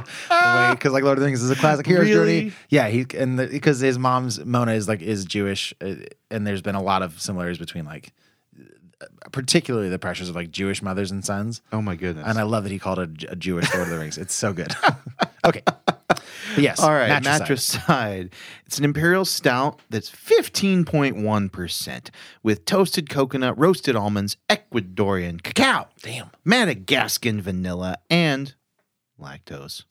[SPEAKER 1] because like Lord of the Rings is a classic hero's
[SPEAKER 6] Really?
[SPEAKER 1] journey. Yeah, he and because his mom's Mona is like is Jewish, uh, and there's been a lot of similarities between like uh, particularly the pressures of like Jewish mothers and sons.
[SPEAKER 6] Oh my goodness.
[SPEAKER 1] And I love that he called it a J- a Jewish Lord of the Rings. It's so good. okay. But yes.
[SPEAKER 6] All right,
[SPEAKER 1] matricide.
[SPEAKER 6] matricide. It's an imperial stout that's 15.1% with toasted coconut, roasted almonds, Ecuadorian cacao,
[SPEAKER 1] Damn.
[SPEAKER 6] Madagascan vanilla, and lactose.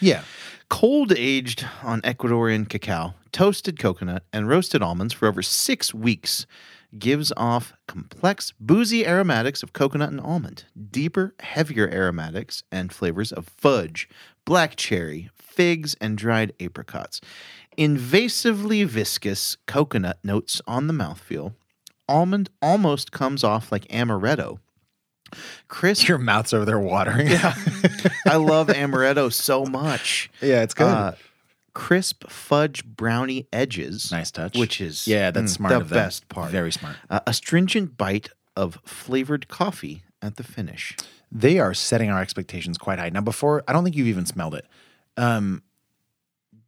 [SPEAKER 1] Yeah.
[SPEAKER 6] Cold aged on Ecuadorian cacao, toasted coconut, and roasted almonds for over six weeks gives off complex, boozy aromatics of coconut and almond, deeper, heavier aromatics and flavors of fudge, black cherry, figs, and dried apricots. Invasively viscous coconut notes on the mouthfeel. Almond almost comes off like amaretto. Crisp
[SPEAKER 1] Your mouth's over there watering. Yeah.
[SPEAKER 6] I love amaretto so much.
[SPEAKER 1] Yeah, it's good.
[SPEAKER 6] Uh, crisp fudge brownie edges.
[SPEAKER 1] Nice touch.
[SPEAKER 6] Which is
[SPEAKER 1] yeah, that's
[SPEAKER 6] mm,
[SPEAKER 1] smart.
[SPEAKER 6] The
[SPEAKER 1] of them.
[SPEAKER 6] best part.
[SPEAKER 1] Very smart.
[SPEAKER 6] Uh, astringent bite of flavored coffee at the finish.
[SPEAKER 1] They are setting our expectations quite high. Now, before I don't think you've even smelled it. Um,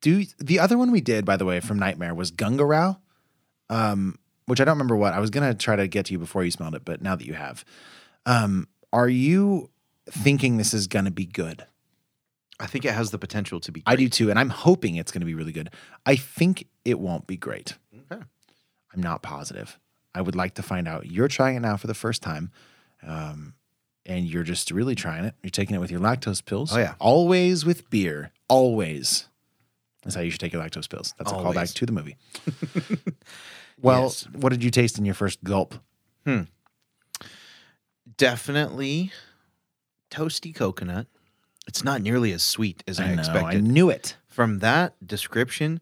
[SPEAKER 1] do the other one we did, by the way, from Nightmare was Gunga Rao. um, which I don't remember what I was gonna try to get to you before you smelled it, but now that you have, um, are you thinking this is gonna be good?
[SPEAKER 6] I think it has the potential to be.
[SPEAKER 1] I do too, and I'm hoping it's gonna be really good. I think it won't be great.
[SPEAKER 6] Okay.
[SPEAKER 1] I'm not positive. I would like to find out. You're trying it now for the first time. Um, and you're just really trying it. You're taking it with your lactose pills.
[SPEAKER 6] Oh, yeah.
[SPEAKER 1] Always with beer. Always. That's how you should take your lactose pills. That's
[SPEAKER 6] Always.
[SPEAKER 1] a callback to the movie. well,
[SPEAKER 6] Yes.
[SPEAKER 1] what did you taste in your first gulp?
[SPEAKER 6] Hmm. Definitely toasty coconut. It's not nearly as sweet as I,
[SPEAKER 1] know, I
[SPEAKER 6] expected.
[SPEAKER 1] knew it.
[SPEAKER 6] From that description,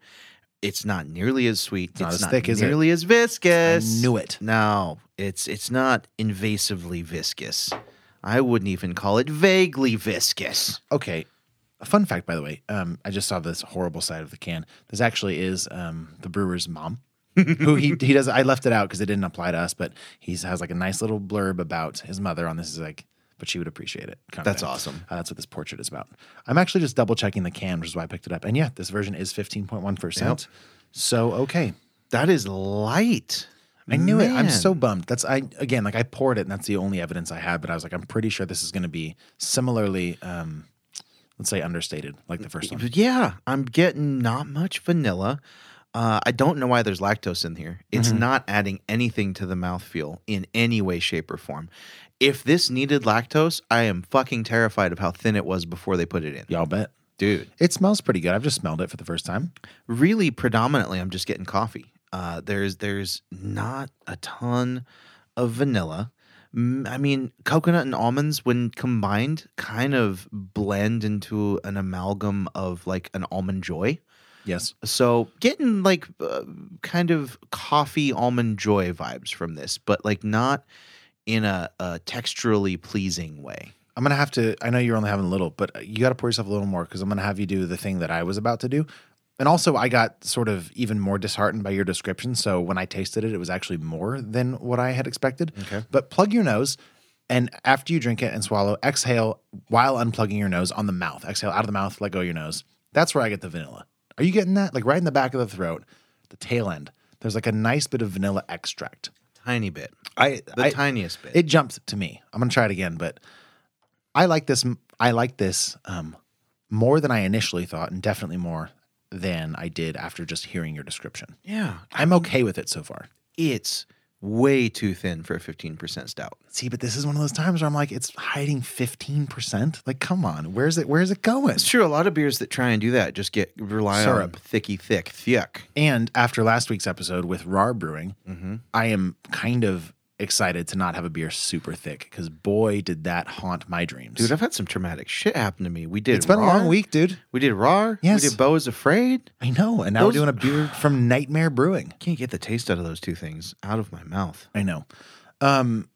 [SPEAKER 6] it's not nearly as sweet. It's
[SPEAKER 1] not as thick, is it?
[SPEAKER 6] nearly as viscous.
[SPEAKER 1] I knew it.
[SPEAKER 6] No, it's it's not invasively viscous. I wouldn't even call it vaguely viscous.
[SPEAKER 1] Okay. A fun fact, by the way, um, I just saw this horrible side of the can. This actually is um, the brewer's mom, who he he does. I left it out because it didn't apply to us, but he has like a nice little blurb about his mother on this. Is like, but she would appreciate it. kind of
[SPEAKER 6] That's
[SPEAKER 1] thing.
[SPEAKER 6] awesome.
[SPEAKER 1] Uh, that's what this portrait is about. I'm actually just double checking the can, which is why I picked it up. And yeah, this version is 15.1 percent. So okay,
[SPEAKER 6] That is light.
[SPEAKER 1] I knew it. I'm
[SPEAKER 6] Man.
[SPEAKER 1] so bummed. That's I again like I poured it, and that's the only evidence I had. But I was like, I'm pretty sure this is going to be similarly, um, let's say, understated, like the first one.
[SPEAKER 6] But yeah, I'm getting not much vanilla. Uh, I don't know why there's lactose in here. It's
[SPEAKER 1] Mm-hmm.
[SPEAKER 6] not adding anything to the mouthfeel in any way, shape, or form. If this needed lactose, I am fucking terrified of how thin it was before they put it in.
[SPEAKER 1] Y'all bet.
[SPEAKER 6] Dude,
[SPEAKER 1] It smells pretty good. I've just smelled it for the first time.
[SPEAKER 6] really predominantly, I'm just getting coffee. Uh, there's there's not a ton of vanilla. Mm, I mean, coconut and almonds, when combined, kind of blend into an amalgam of like an almond joy.
[SPEAKER 1] Yes.
[SPEAKER 6] So getting like uh, kind of coffee almond joy vibes from this, but like not in a, a texturally pleasing way.
[SPEAKER 1] I'm going to have to, I know you're only having a little, but you got to pour yourself a little more because I'm going to have you do the thing that I was about to do. And also, I got sort of even more disheartened by your description. So when I tasted it, it was actually more than what I had expected.
[SPEAKER 6] Okay.
[SPEAKER 1] But plug your nose. And after you drink it and swallow, exhale while unplugging your nose on the mouth. Exhale out of the mouth, let go of your nose. That's where I get the vanilla. Are you getting that? Like right in the back of the throat, the tail end. There's like a nice bit of vanilla extract.
[SPEAKER 6] Tiny bit.
[SPEAKER 1] I
[SPEAKER 6] The
[SPEAKER 1] I-
[SPEAKER 6] tiniest bit.
[SPEAKER 1] It jumped to me. I'm gonna try it again, but I like this. I like this um, more than I initially thought, and definitely more than I did after just hearing your description.
[SPEAKER 6] yeah.
[SPEAKER 1] I'm okay with it so far.
[SPEAKER 6] It's way too thin for a 15% stout.
[SPEAKER 1] See, but this is one of those times where I'm like, it's hiding 15. percent Like, come on, where's it? Where's it going?
[SPEAKER 6] It's true. A lot of beers that try and do that just get rely
[SPEAKER 1] Syrup.
[SPEAKER 6] on thicky, thick, thick.
[SPEAKER 1] And after last week's episode with Rar Brewing,
[SPEAKER 6] Mm-hmm.
[SPEAKER 1] I am kind of excited to not have a beer super thick because boy, did that haunt my dreams.
[SPEAKER 6] Dude, I've had some traumatic shit happen to me. We did.
[SPEAKER 1] it's been a
[SPEAKER 6] Rar.
[SPEAKER 1] long week, dude.
[SPEAKER 6] We did RAR.
[SPEAKER 1] Yes.
[SPEAKER 6] We did Bo is Afraid.
[SPEAKER 1] I know. And now
[SPEAKER 6] Those-
[SPEAKER 1] we're doing a beer from Nightmare Brewing.
[SPEAKER 6] Can't get the taste out of those two things out of my mouth.
[SPEAKER 1] I know. Um,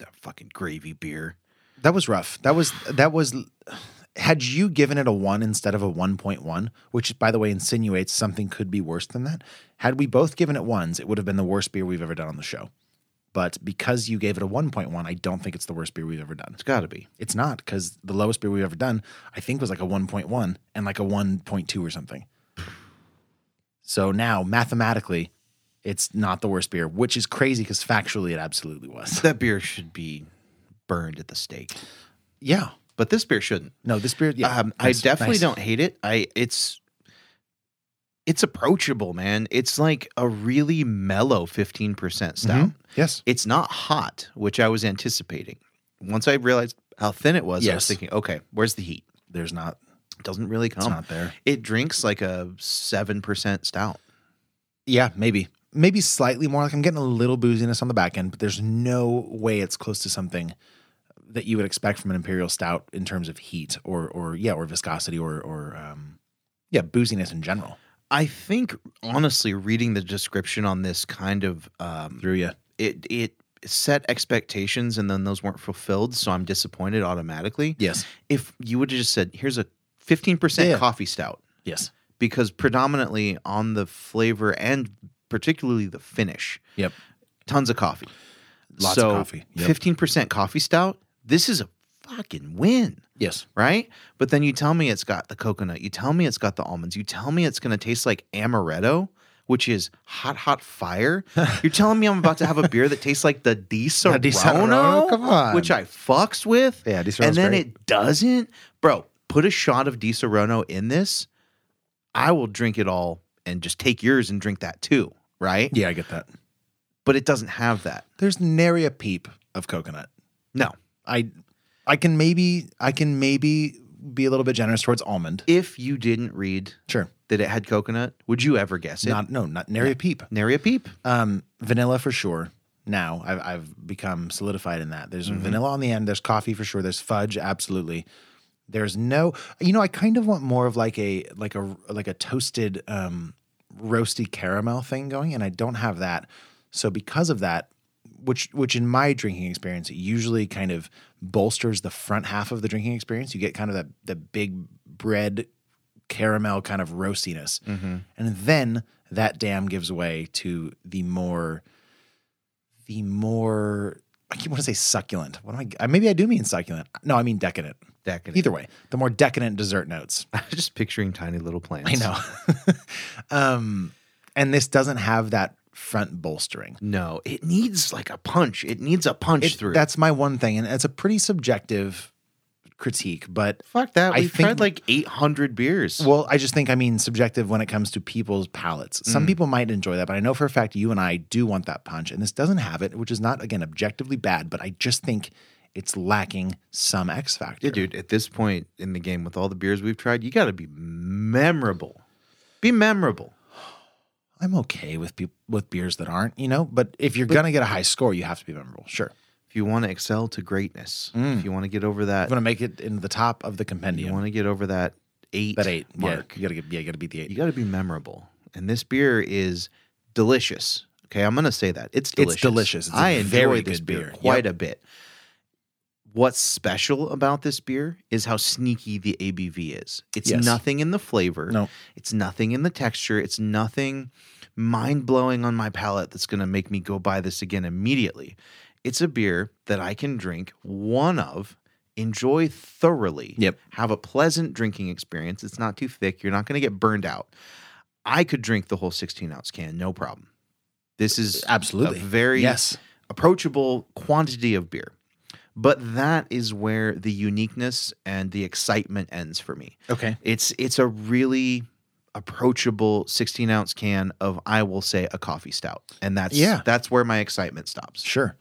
[SPEAKER 6] That fucking gravy beer.
[SPEAKER 1] that was rough. That was that was. Had you given it a one instead of a one point one, which by the way insinuates something could be worse than that. Had we both given it ones, it would have been the worst beer we've ever done on the show. But because you gave it a one point one, I don't think it's the worst beer we've ever done.
[SPEAKER 6] It's got to be.
[SPEAKER 1] It's not because the lowest beer we've ever done, I think, was like a 1.1 and like a 1.2 or something. So now mathematically, it's not the worst beer, which is crazy because factually it absolutely was.
[SPEAKER 6] that beer should be burned at the stake.
[SPEAKER 1] Yeah.
[SPEAKER 6] But this beer shouldn't.
[SPEAKER 1] No, this beer, yeah.
[SPEAKER 6] um, I
[SPEAKER 1] nice,
[SPEAKER 6] definitely
[SPEAKER 1] nice.
[SPEAKER 6] don't hate it. I it's it's approachable, man. It's like a really mellow 15% stout.
[SPEAKER 1] Mhm. Yes.
[SPEAKER 6] It's not hot, which I was anticipating. Once I realized how thin it was, I was
[SPEAKER 1] Yes.
[SPEAKER 6] thinking, okay, where's the heat?
[SPEAKER 1] There's not,
[SPEAKER 6] It doesn't really come.
[SPEAKER 1] it's not there.
[SPEAKER 6] It drinks like a 7% stout.
[SPEAKER 1] Yeah, maybe. Maybe slightly more. Like I'm getting a little booziness on the back end, but there's no way it's close to something that you would expect from an imperial stout in terms of heat or or yeah or viscosity or or um, yeah booziness in general.
[SPEAKER 6] I think honestly reading the description on this kind of um,
[SPEAKER 1] Through you.
[SPEAKER 6] it it set expectations and then those weren't fulfilled, so I'm disappointed automatically.
[SPEAKER 1] Yes.
[SPEAKER 6] If you would have just said, "Here's a 15%
[SPEAKER 1] Yeah.
[SPEAKER 6] coffee stout,"
[SPEAKER 1] Yes.
[SPEAKER 6] because predominantly on the flavor and particularly the finish,
[SPEAKER 1] Yep.
[SPEAKER 6] tons of coffee.
[SPEAKER 1] Lots of
[SPEAKER 6] So,
[SPEAKER 1] coffee. Yep.
[SPEAKER 6] 15% coffee stout. This is a fucking win
[SPEAKER 1] Yes.
[SPEAKER 6] right? But then you tell me it's got the coconut, you tell me it's got the almonds, you tell me it's going to taste like amaretto, which is hot, hot fire. You're telling me I'm about to have a beer that tastes like the Di
[SPEAKER 1] Now, Di Serono? Come on.
[SPEAKER 6] which I fucks with.
[SPEAKER 1] Yeah, Di Serono's
[SPEAKER 6] And then
[SPEAKER 1] great.
[SPEAKER 6] it doesn't. Bro, put a shot of Di Serono in this. I will drink it all and just take yours and drink that too, right?
[SPEAKER 1] Yeah, I get that.
[SPEAKER 6] But it doesn't have that.
[SPEAKER 1] There's nary a peep of coconut.
[SPEAKER 6] No.
[SPEAKER 1] I I can maybe I can maybe be a little bit generous towards almond.
[SPEAKER 6] If you didn't read
[SPEAKER 1] Sure.
[SPEAKER 6] that it had coconut, would you ever guess it?
[SPEAKER 1] Not no, not nary a peep.
[SPEAKER 6] Nary a peep.
[SPEAKER 1] Um, vanilla for sure. Now I've I've become solidified in that. There's vanilla on the end. There's coffee for sure. There's fudge, absolutely. There's no, you know, I kind of want more of like a like a like a toasted, um, roasty caramel thing going, and I don't have that. So because of that, which which in my drinking experience it usually kind of bolsters the front half of the drinking experience. You get kind of that the big bread caramel kind of roastiness.
[SPEAKER 6] Mm-hmm.
[SPEAKER 1] And then that dam gives way to the more, the more, I keep want to say succulent. What am I, uh, maybe I do mean succulent. Uh, No, I mean decadent.
[SPEAKER 6] Decadent.
[SPEAKER 1] Either way, the more decadent dessert notes.
[SPEAKER 6] I was just picturing tiny little plants.
[SPEAKER 1] I know. um, and this doesn't have that front bolstering.
[SPEAKER 6] No, it needs like a punch. It needs a punch
[SPEAKER 1] It-
[SPEAKER 6] through.
[SPEAKER 1] that's my one thing. And it's a pretty subjective critique, but
[SPEAKER 6] fuck that.
[SPEAKER 1] I
[SPEAKER 6] We've
[SPEAKER 1] think-
[SPEAKER 6] tried like 800 beers.
[SPEAKER 1] Well, I just think I mean subjective when it comes to people's palates.
[SPEAKER 6] Mm.
[SPEAKER 1] Some people might enjoy that, but I know for a fact you and I do want that punch, and this doesn't have it, which is not again objectively bad, but I just think it's lacking some X factor.
[SPEAKER 6] yeah, dude, at this point in the game with all the beers we've tried, you got to be memorable. Be memorable.
[SPEAKER 1] I'm okay with peop with beers that aren't, you know, but if you're gonna get a high score, you have to be memorable. Sure,
[SPEAKER 6] If you want to excel to greatness, if you want to get over
[SPEAKER 1] I'm
[SPEAKER 6] that,
[SPEAKER 1] gonna make it into the top of the
[SPEAKER 6] you
[SPEAKER 1] Mm. compendium.
[SPEAKER 6] want to get over that eight,
[SPEAKER 1] That eight,
[SPEAKER 6] mark,
[SPEAKER 1] yeah, you gotta get, yeah, you gotta beat the eight.
[SPEAKER 6] you got to be memorable. And this beer is delicious. Okay, I'm going to say that. It's delicious.
[SPEAKER 1] delicious. It's a
[SPEAKER 6] I enjoy
[SPEAKER 1] very
[SPEAKER 6] this
[SPEAKER 1] good
[SPEAKER 6] beer,
[SPEAKER 1] beer.
[SPEAKER 6] quite
[SPEAKER 1] Yep.
[SPEAKER 6] a bit. What's special about this beer is how sneaky the ABV is. It's
[SPEAKER 1] Yes.
[SPEAKER 6] nothing in the flavor.
[SPEAKER 1] No.
[SPEAKER 6] It's nothing in the texture. It's nothing mind blowing on my palate that's going to make me go buy this again immediately. It's a beer that I can drink one of, enjoy thoroughly,
[SPEAKER 1] Yep.
[SPEAKER 6] have a pleasant drinking experience. It's not too thick. You're not going to get burned out. I could drink the whole 16 ounce can, no problem. This is
[SPEAKER 1] Uh, Absolutely.
[SPEAKER 6] a very
[SPEAKER 1] Yes.
[SPEAKER 6] approachable quantity of beer. But that is where the uniqueness and the excitement ends for me.
[SPEAKER 1] Okay.
[SPEAKER 6] It's it's a really approachable 16 ounce can of I will say a coffee stout. And that's
[SPEAKER 1] Yeah.
[SPEAKER 6] that's where my excitement stops.
[SPEAKER 1] Sure.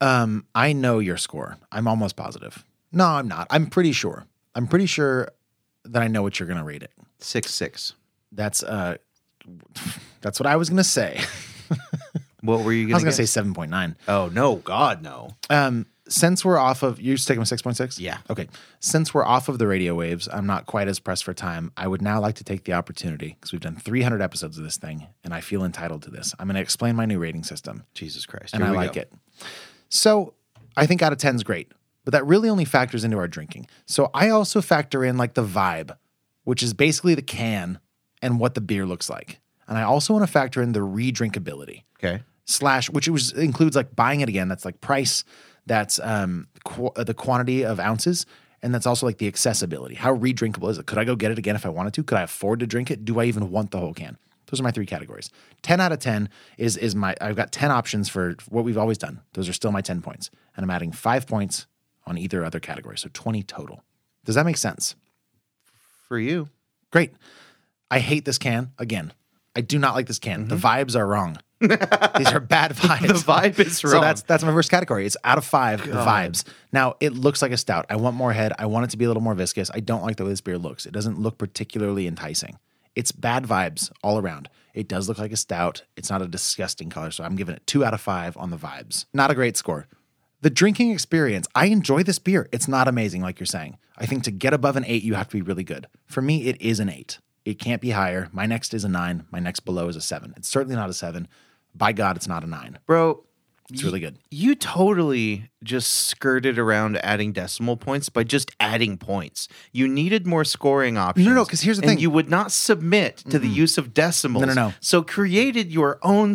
[SPEAKER 1] Um, I know your score. I'm almost positive. No, I'm not. I'm pretty sure. I'm pretty sure that I know what you're gonna rate it.
[SPEAKER 6] Six six.
[SPEAKER 1] That's uh, that's what I was gonna say.
[SPEAKER 6] What were you
[SPEAKER 1] I
[SPEAKER 6] gonna
[SPEAKER 1] was gonna
[SPEAKER 6] guess?
[SPEAKER 1] say seven point nine.
[SPEAKER 6] Oh no, God no.
[SPEAKER 1] Um, since we're off of you're sticking with six point six.
[SPEAKER 6] Yeah.
[SPEAKER 1] Okay. Since we're off of the radio waves, I'm not quite as pressed for time. I would now like to take the opportunity because we've done 300 episodes of this thing, and I feel entitled to this. I'm gonna explain my new rating system.
[SPEAKER 6] Jesus Christ.
[SPEAKER 1] and
[SPEAKER 6] Here
[SPEAKER 1] I
[SPEAKER 6] we
[SPEAKER 1] like
[SPEAKER 6] go.
[SPEAKER 1] it. So I think out of 10 is great, but that really only factors into our drinking. So I also factor in like the vibe, which is basically the can and what the beer looks like. And I also want to factor in the redrinkability
[SPEAKER 6] Okay.
[SPEAKER 1] slash, which it was includes like buying it again. That's like price, that's um qu- uh, the quantity of ounces, and that's also like the accessibility. How redrinkable is it? Could I go get it again if I wanted to? Could I afford to drink it? Do I even want the whole can? Those are my three categories. Ten out of ten is is my. I've got ten options for what we've always done. Those are still my ten points, and I'm adding five points on either other category, so twenty total. Does that make sense?
[SPEAKER 6] For you.
[SPEAKER 1] Great. I hate this can again. I do not like this can. The vibes are wrong. These are bad vibes.
[SPEAKER 6] Mm-hmm. The vibe is
[SPEAKER 1] So
[SPEAKER 6] wrong.
[SPEAKER 1] that's that's my first category. It's out of five. The vibes. Now it looks like a stout. I want more head. I want it to be a little more viscous. I don't like the way this beer looks. It doesn't look particularly enticing. It's bad vibes all around. It does look like a stout. It's not a disgusting color, so I'm giving it two out of five on the vibes. Not a great score. The drinking experience. I enjoy this beer. It's not amazing, like you're saying. I think to get above an eight, you have to be really good. For me, it is an eight. It can't be higher. My next is a nine. My next below is a seven. It's certainly not a seven. By God, it's not a nine.
[SPEAKER 6] Bro,
[SPEAKER 1] It's really good.
[SPEAKER 6] you totally just skirted around adding decimal points by just adding points. You needed more scoring options.
[SPEAKER 1] no, 'cause here's the
[SPEAKER 6] and
[SPEAKER 1] thing.
[SPEAKER 6] you would not submit to the use of decimals.
[SPEAKER 1] No, no, no.
[SPEAKER 6] So created your own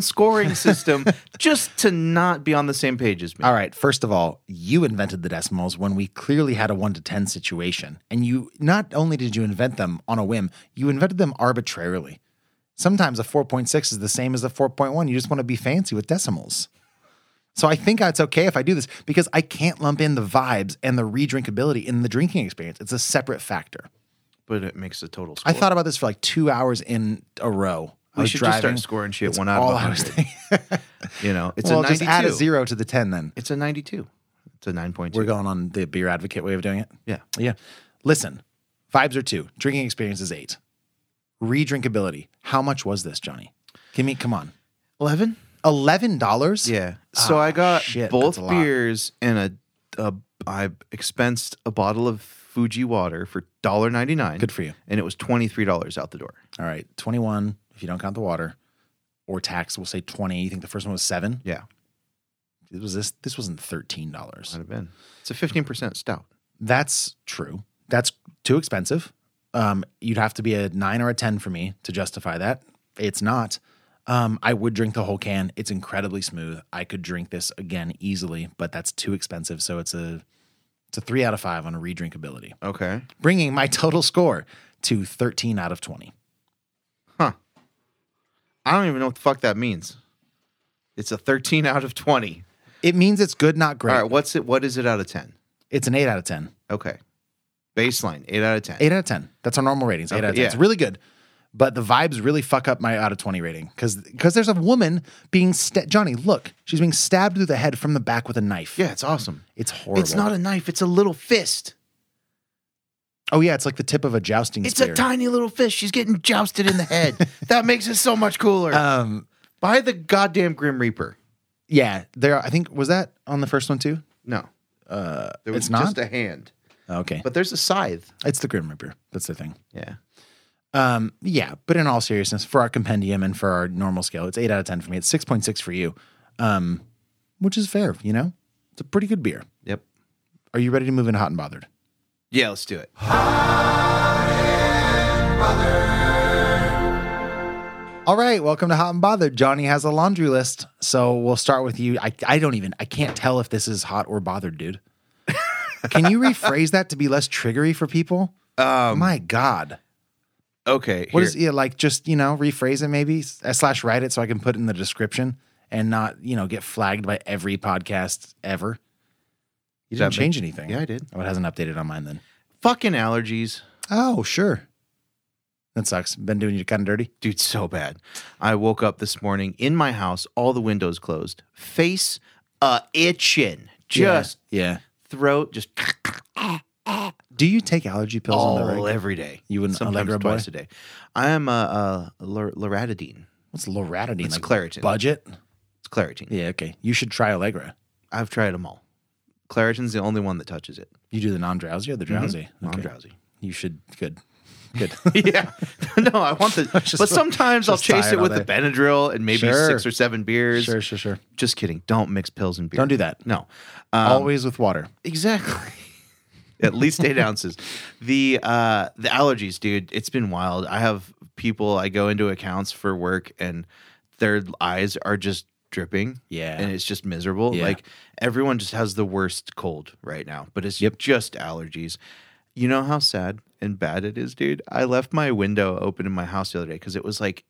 [SPEAKER 6] scoring system just to not be on the same page as me.
[SPEAKER 1] All right. First of all, you invented the decimals when we clearly had a one to 10 situation. And you not only did you invent them on a whim, you invented them arbitrarily. Sometimes a 4.6 is the same as a 4.1. You just want to be fancy with decimals. So I think it's okay if I do this because I can't lump in the vibes and the redrinkability in the drinking experience. It's a separate factor.
[SPEAKER 6] But it makes the total score.
[SPEAKER 1] I thought about this for like two hours in a row. I
[SPEAKER 6] we
[SPEAKER 1] was
[SPEAKER 6] should
[SPEAKER 1] driving.
[SPEAKER 6] just start scoring shit
[SPEAKER 1] It's
[SPEAKER 6] one out
[SPEAKER 1] all
[SPEAKER 6] of
[SPEAKER 1] I was
[SPEAKER 6] 100. you know, it's
[SPEAKER 1] well,
[SPEAKER 6] a 92.
[SPEAKER 1] just add a zero to the 10 then.
[SPEAKER 6] It's a 92. It's a 9.2.
[SPEAKER 1] We're going on the beer advocate way of doing it.
[SPEAKER 6] Yeah.
[SPEAKER 1] Yeah. Listen, vibes are two. Drinking experience is eight. Redrinkability. How much was this, Johnny? Give me, come on.
[SPEAKER 6] 11?
[SPEAKER 1] Eleven dollars?
[SPEAKER 6] Yeah. So
[SPEAKER 1] Ah,
[SPEAKER 6] I got
[SPEAKER 1] shit,
[SPEAKER 6] both
[SPEAKER 1] that's a lot.
[SPEAKER 6] beers and a, a I expensed a bottle of Fuji water for $1.99.
[SPEAKER 1] Good for you.
[SPEAKER 6] And it was $23 out the door.
[SPEAKER 1] All right. Twenty-one, if you don't count the water, or tax, we'll say twenty. You think the first one was seven?
[SPEAKER 6] Yeah.
[SPEAKER 1] It was this this wasn't thirteen dollars.
[SPEAKER 6] Might have been. It's a 15% stout.
[SPEAKER 1] That's true. That's too expensive. Um, you'd have to be a nine or a 10 for me to justify that. It's not. Um, I would drink the whole can. It's incredibly smooth. I could drink this again easily, but that's too expensive. So it's a it's a three out of five on a redrinkability,
[SPEAKER 6] Okay.
[SPEAKER 1] bringing my total score to 13 out of 20.
[SPEAKER 6] Huh. I don't even know what the fuck that means. It's a 13 out of 20.
[SPEAKER 1] It means it's good, not great.
[SPEAKER 6] All right, what's it what is it out of 10?
[SPEAKER 1] It's an eight out of 10.
[SPEAKER 6] Okay. Baseline, 8 out of 10.
[SPEAKER 1] Eight out of 10. That's our normal ratings. Eight
[SPEAKER 6] Okay,
[SPEAKER 1] out of 10.
[SPEAKER 6] yeah.
[SPEAKER 1] It's really good. But the vibes really fuck up my out of 20 rating because there's a woman being, sta- Johnny, look, she's being stabbed through the head from the back with a knife.
[SPEAKER 6] Yeah, it's awesome.
[SPEAKER 1] It's horrible.
[SPEAKER 6] It's not a knife, it's a little fist.
[SPEAKER 1] Oh, yeah. It's like the tip of a jousting
[SPEAKER 6] It's
[SPEAKER 1] spear.
[SPEAKER 6] a tiny little fish. She's getting jousted in the head. that makes it so much cooler.
[SPEAKER 1] Um,
[SPEAKER 6] By the goddamn Grim Reaper.
[SPEAKER 1] yeah. There, I think, was that on the first one too?
[SPEAKER 6] No.
[SPEAKER 1] Uh,
[SPEAKER 6] There was
[SPEAKER 1] it's not.
[SPEAKER 6] just a hand.
[SPEAKER 1] okay.
[SPEAKER 6] But there's a scythe.
[SPEAKER 1] it's the Grim Reaper. That's the thing.
[SPEAKER 6] Yeah.
[SPEAKER 1] Um, yeah, but in all seriousness, for our compendium and for our normal scale, it's eight out of ten for me. It's six point six for you, um, which is fair. You know, it's a pretty good beer.
[SPEAKER 6] Yep.
[SPEAKER 1] Are you ready to move into hot and bothered?
[SPEAKER 6] Yeah, let's do it.
[SPEAKER 1] All right, welcome to Hot and Bothered. Johnny has a laundry list, so we'll start with you. I, I don't even I can't tell if this is hot or bothered, dude. Can you rephrase that to be less triggery for people?
[SPEAKER 6] Um,
[SPEAKER 1] My God,
[SPEAKER 6] okay.
[SPEAKER 1] what
[SPEAKER 6] here.
[SPEAKER 1] is yeah, like? Just you know, rephrase it maybe uh, slash write it so I can put it in the description and not you know get flagged by every podcast ever. You
[SPEAKER 6] Does that
[SPEAKER 1] didn't change
[SPEAKER 6] make-
[SPEAKER 1] anything.
[SPEAKER 6] Yeah, I did.
[SPEAKER 1] Oh, it hasn't updated on mine then.
[SPEAKER 6] Fucking allergies.
[SPEAKER 1] Oh, sure. That sucks. Been doing you kind of dirty.
[SPEAKER 6] Dude, so bad. I woke up this morning in my house, all the windows closed, face uh itching. Just
[SPEAKER 1] yeah.
[SPEAKER 6] throat just
[SPEAKER 1] Do you take allergy pills on the
[SPEAKER 6] all
[SPEAKER 1] regular?
[SPEAKER 6] every day.
[SPEAKER 1] You wouldn't
[SPEAKER 6] sometimes
[SPEAKER 1] Allegra boy?
[SPEAKER 6] twice a day. I am a, a lor- loratadine.
[SPEAKER 1] What's loratadine?
[SPEAKER 6] It's Claritin.
[SPEAKER 1] Budget.
[SPEAKER 6] It's Claritin.
[SPEAKER 1] Yeah. Okay. You should try Allegra.
[SPEAKER 6] I've tried them all. Claritin's the only one that touches it.
[SPEAKER 1] You do the Mm-hmm. non-drowsy or the drowsy?
[SPEAKER 6] No, I'm
[SPEAKER 1] Okay.
[SPEAKER 6] drowsy.
[SPEAKER 1] You should. Good. Good.
[SPEAKER 6] yeah. no, I want the.
[SPEAKER 1] Just-
[SPEAKER 6] but sometimes I'll
[SPEAKER 1] just
[SPEAKER 6] chase
[SPEAKER 1] tired
[SPEAKER 6] it with
[SPEAKER 1] all
[SPEAKER 6] the Benadryl and maybe
[SPEAKER 1] Sure.
[SPEAKER 6] six or seven beers.
[SPEAKER 1] sure. Sure. Sure.
[SPEAKER 6] Just kidding. Don't mix pills and beer.
[SPEAKER 1] Don't do that.
[SPEAKER 6] No. Um,
[SPEAKER 1] Always with water.
[SPEAKER 6] Exactly. At least eight ounces. The uh the allergies, dude, it's been wild. I have people I go into accounts for work and their eyes are just dripping.
[SPEAKER 1] Yeah.
[SPEAKER 6] And it's just miserable.
[SPEAKER 1] Yeah.
[SPEAKER 6] Like everyone just has the worst cold right now, but it's
[SPEAKER 1] Yep.
[SPEAKER 6] just allergies. You know how sad and bad it is, dude? I left my window open in my house the other day because it was like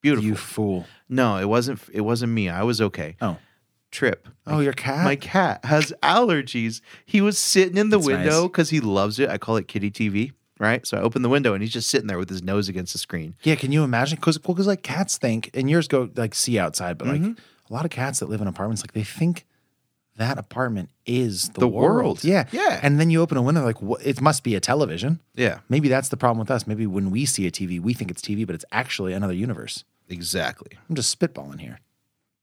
[SPEAKER 6] beautiful.
[SPEAKER 1] You fool.
[SPEAKER 6] no, it wasn't it wasn't me. I was okay.
[SPEAKER 1] Oh.
[SPEAKER 6] Trip.
[SPEAKER 1] Oh, your cat.
[SPEAKER 6] My cat has allergies. He was sitting in the
[SPEAKER 1] That's
[SPEAKER 6] window
[SPEAKER 1] nice.
[SPEAKER 6] because he loves it. I call it kitty TV, right? So I open the window and he's just sitting there with his nose against the screen.
[SPEAKER 1] Yeah. Can you imagine? Because because like cats think, and yours go like see outside, but like a lot of cats that live in apartments, like they think that apartment is the,
[SPEAKER 6] The world.
[SPEAKER 1] Yeah.
[SPEAKER 6] Yeah.
[SPEAKER 1] And then you open a window, like what? It must be a television.
[SPEAKER 6] Yeah,
[SPEAKER 1] Maybe that's the problem with us. Maybe when we see a TV, we think it's TV, but it's actually another universe.
[SPEAKER 6] exactly.
[SPEAKER 1] I'm just spitballing here.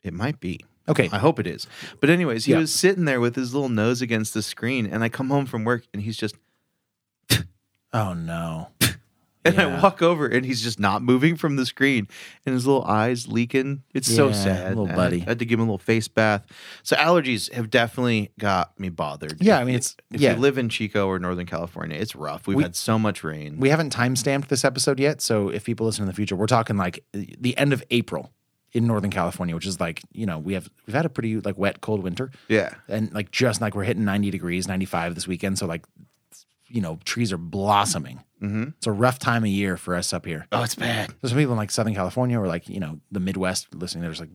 [SPEAKER 6] It might be.
[SPEAKER 1] Okay.
[SPEAKER 6] I hope it is. But, anyways, he
[SPEAKER 1] Yeah.
[SPEAKER 6] was sitting there with his little nose against the screen. And I come home from work and he's just,
[SPEAKER 1] Oh no.
[SPEAKER 6] and I
[SPEAKER 1] Yeah.
[SPEAKER 6] walk over and he's just not moving from the screen and his little eyes leaking. It's so
[SPEAKER 1] Yeah,
[SPEAKER 6] sad.
[SPEAKER 1] little
[SPEAKER 6] I had-
[SPEAKER 1] buddy.
[SPEAKER 6] I had to give him a little face bath. So, allergies have definitely got me bothered.
[SPEAKER 1] Yeah, I mean it's
[SPEAKER 6] If
[SPEAKER 1] yeah.
[SPEAKER 6] you live in Chico or Northern California, it's rough. We've
[SPEAKER 1] We-
[SPEAKER 6] had so much rain.
[SPEAKER 1] we haven't timestamped this episode yet, so if people listen in the future, we're talking like the end of April in Northern California, which is like you know we have we've had a pretty like wet, cold winter,
[SPEAKER 6] yeah.
[SPEAKER 1] and like just like we're hitting ninety degrees, ninety five this weekend, so like you know trees are blossoming.
[SPEAKER 6] Mm-hmm.
[SPEAKER 1] It's a rough time of year for us up here.
[SPEAKER 6] Oh, it's bad.
[SPEAKER 1] There's some people in like Southern California or like, you know, the Midwest listening. There's like,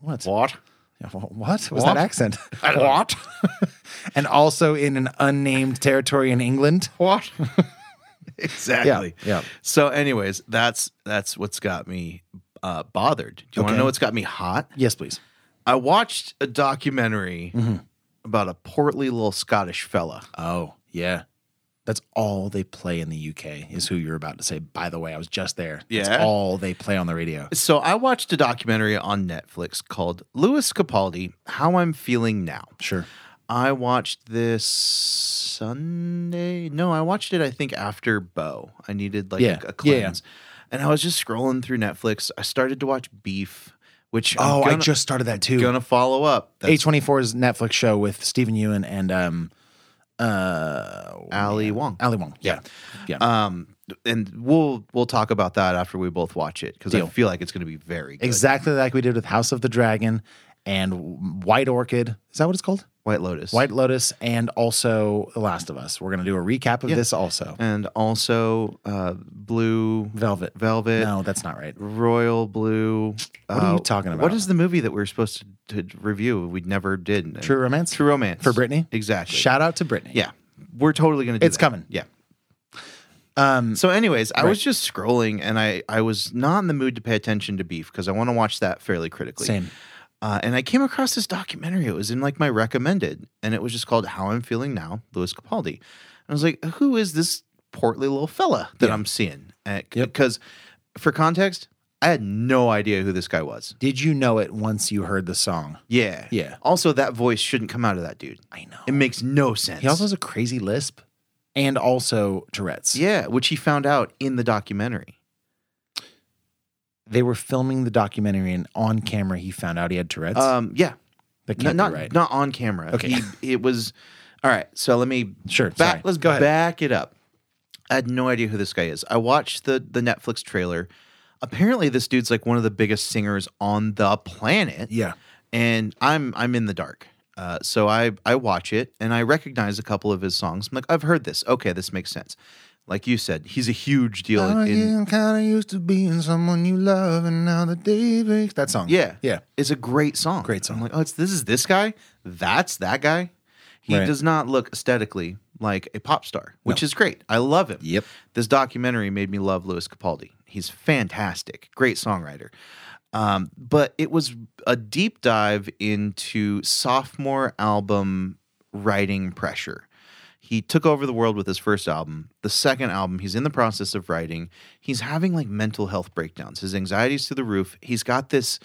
[SPEAKER 1] what?
[SPEAKER 6] What?
[SPEAKER 1] Yeah, wh- What was
[SPEAKER 6] What?
[SPEAKER 1] that accent?
[SPEAKER 6] What?
[SPEAKER 1] and also in an unnamed territory in England.
[SPEAKER 6] What? exactly.
[SPEAKER 1] Yeah, yeah.
[SPEAKER 6] So, anyways, that's that's what's got me uh, bothered. Do you want
[SPEAKER 1] Okay.
[SPEAKER 6] to know what's got me hot?
[SPEAKER 1] yes, please.
[SPEAKER 6] I watched a documentary
[SPEAKER 1] Mm-hmm.
[SPEAKER 6] about a portly little Scottish fella.
[SPEAKER 1] Oh, yeah. That's all they play in the UK, is who you're about to say. By the way, I was just there.
[SPEAKER 6] Yeah?
[SPEAKER 1] That's all they play on the radio.
[SPEAKER 6] So I watched a documentary on Netflix called Lewis Capaldi: How I'm Feeling Now.
[SPEAKER 1] Sure.
[SPEAKER 6] I watched this Sunday. No, I watched it. I think after Bo. I needed like
[SPEAKER 1] Yeah.
[SPEAKER 6] a, a
[SPEAKER 1] Yeah, yeah.
[SPEAKER 6] cleanse, and I was just scrolling through Netflix. I started to watch Beef, which I'm
[SPEAKER 1] Oh, I
[SPEAKER 6] gonna-
[SPEAKER 1] just started that too.
[SPEAKER 6] gonna follow up. That's
[SPEAKER 1] A24's Netflix show with Stephen Ewan and um uh
[SPEAKER 6] Ali Wong.
[SPEAKER 1] Ali Wong. Yeah. Yeah.
[SPEAKER 6] Um, and we'll we'll talk about that after we both watch it because I
[SPEAKER 1] Deal.
[SPEAKER 6] feel like it's gonna be very good.
[SPEAKER 1] exactly like we did with House of the Dragon and White Orchid. Is that what it's called?
[SPEAKER 6] White Lotus.
[SPEAKER 1] White Lotus and also The Last of Us. We're gonna do a recap of
[SPEAKER 6] Yeah.
[SPEAKER 1] this also.
[SPEAKER 6] and also uh, blue
[SPEAKER 1] Velvet.
[SPEAKER 6] velvet.
[SPEAKER 1] No, that's not right.
[SPEAKER 6] Royal Blue. uh,
[SPEAKER 1] What are you talking
[SPEAKER 6] What
[SPEAKER 1] about?
[SPEAKER 6] is the movie that we were supposed to, to review? We never did.
[SPEAKER 1] True Romance?
[SPEAKER 6] True Romance
[SPEAKER 1] For Britney?
[SPEAKER 6] Exactly.
[SPEAKER 1] Shout out to Brittany.
[SPEAKER 6] Yeah, we're totally gonna. do
[SPEAKER 1] It's
[SPEAKER 6] that.
[SPEAKER 1] coming.
[SPEAKER 6] Yeah.
[SPEAKER 1] Um
[SPEAKER 6] So, anyways, I
[SPEAKER 1] Right.
[SPEAKER 6] was just scrolling, and I I was not in the mood to pay attention to Beef because I want to watch that fairly critically.
[SPEAKER 1] same.
[SPEAKER 6] Uh, and I came across this documentary. It was in like my recommended, and it was just called "How I'm Feeling Now," Louis Capaldi. And I was like, "Who is this portly little fella that I'm seeing?" Eh,
[SPEAKER 1] Yep.
[SPEAKER 6] Because, for context, I had no idea who this guy was.
[SPEAKER 1] Did you know it once you heard the song?
[SPEAKER 6] Yeah,
[SPEAKER 1] Yeah.
[SPEAKER 6] Also, that voice shouldn't come out of that dude.
[SPEAKER 1] I know.
[SPEAKER 6] It makes no sense.
[SPEAKER 1] He also has a crazy lisp and also Tourette's.
[SPEAKER 6] yeah, which he found out in the documentary.
[SPEAKER 1] They were filming the documentary and on camera he found out he had Tourette's.
[SPEAKER 6] Um, yeah,
[SPEAKER 1] that
[SPEAKER 6] No-
[SPEAKER 1] can't
[SPEAKER 6] not
[SPEAKER 1] be right.
[SPEAKER 6] not on camera.
[SPEAKER 1] Okay.
[SPEAKER 6] He- it was all right. So let me
[SPEAKER 1] Sure, sorry.
[SPEAKER 6] Back, let's
[SPEAKER 1] Go ahead.
[SPEAKER 6] back it up. I had no idea who this guy is. I watched the the Netflix trailer. Apparently, this dude's like one of the biggest singers on the planet.
[SPEAKER 1] Yeah.
[SPEAKER 6] and I'm I'm in the dark. Uh, so I I watch it and I recognize a couple of his songs. I'm like, I've heard this. Okay, this makes sense. Like you said, he's a huge deal. in,
[SPEAKER 1] kind of Oh, used to being someone you love, and now the day breaks. That song.
[SPEAKER 6] Yeah.
[SPEAKER 1] Yeah.
[SPEAKER 6] It's a great song.
[SPEAKER 1] Great song.
[SPEAKER 6] I'm like, oh, it's this is this guy? That's that guy. He
[SPEAKER 1] Right.
[SPEAKER 6] does not look aesthetically like a pop star, which
[SPEAKER 1] No.
[SPEAKER 6] is great. I love him.
[SPEAKER 1] Yep.
[SPEAKER 6] This documentary made me love Louis Capaldi. He's fantastic, great songwriter. Um, but it was a deep dive into sophomore album writing pressure. He took over the world with his first album. The second album, he's in the process of writing. He's having like mental health breakdowns. His anxiety's through the roof. He's got this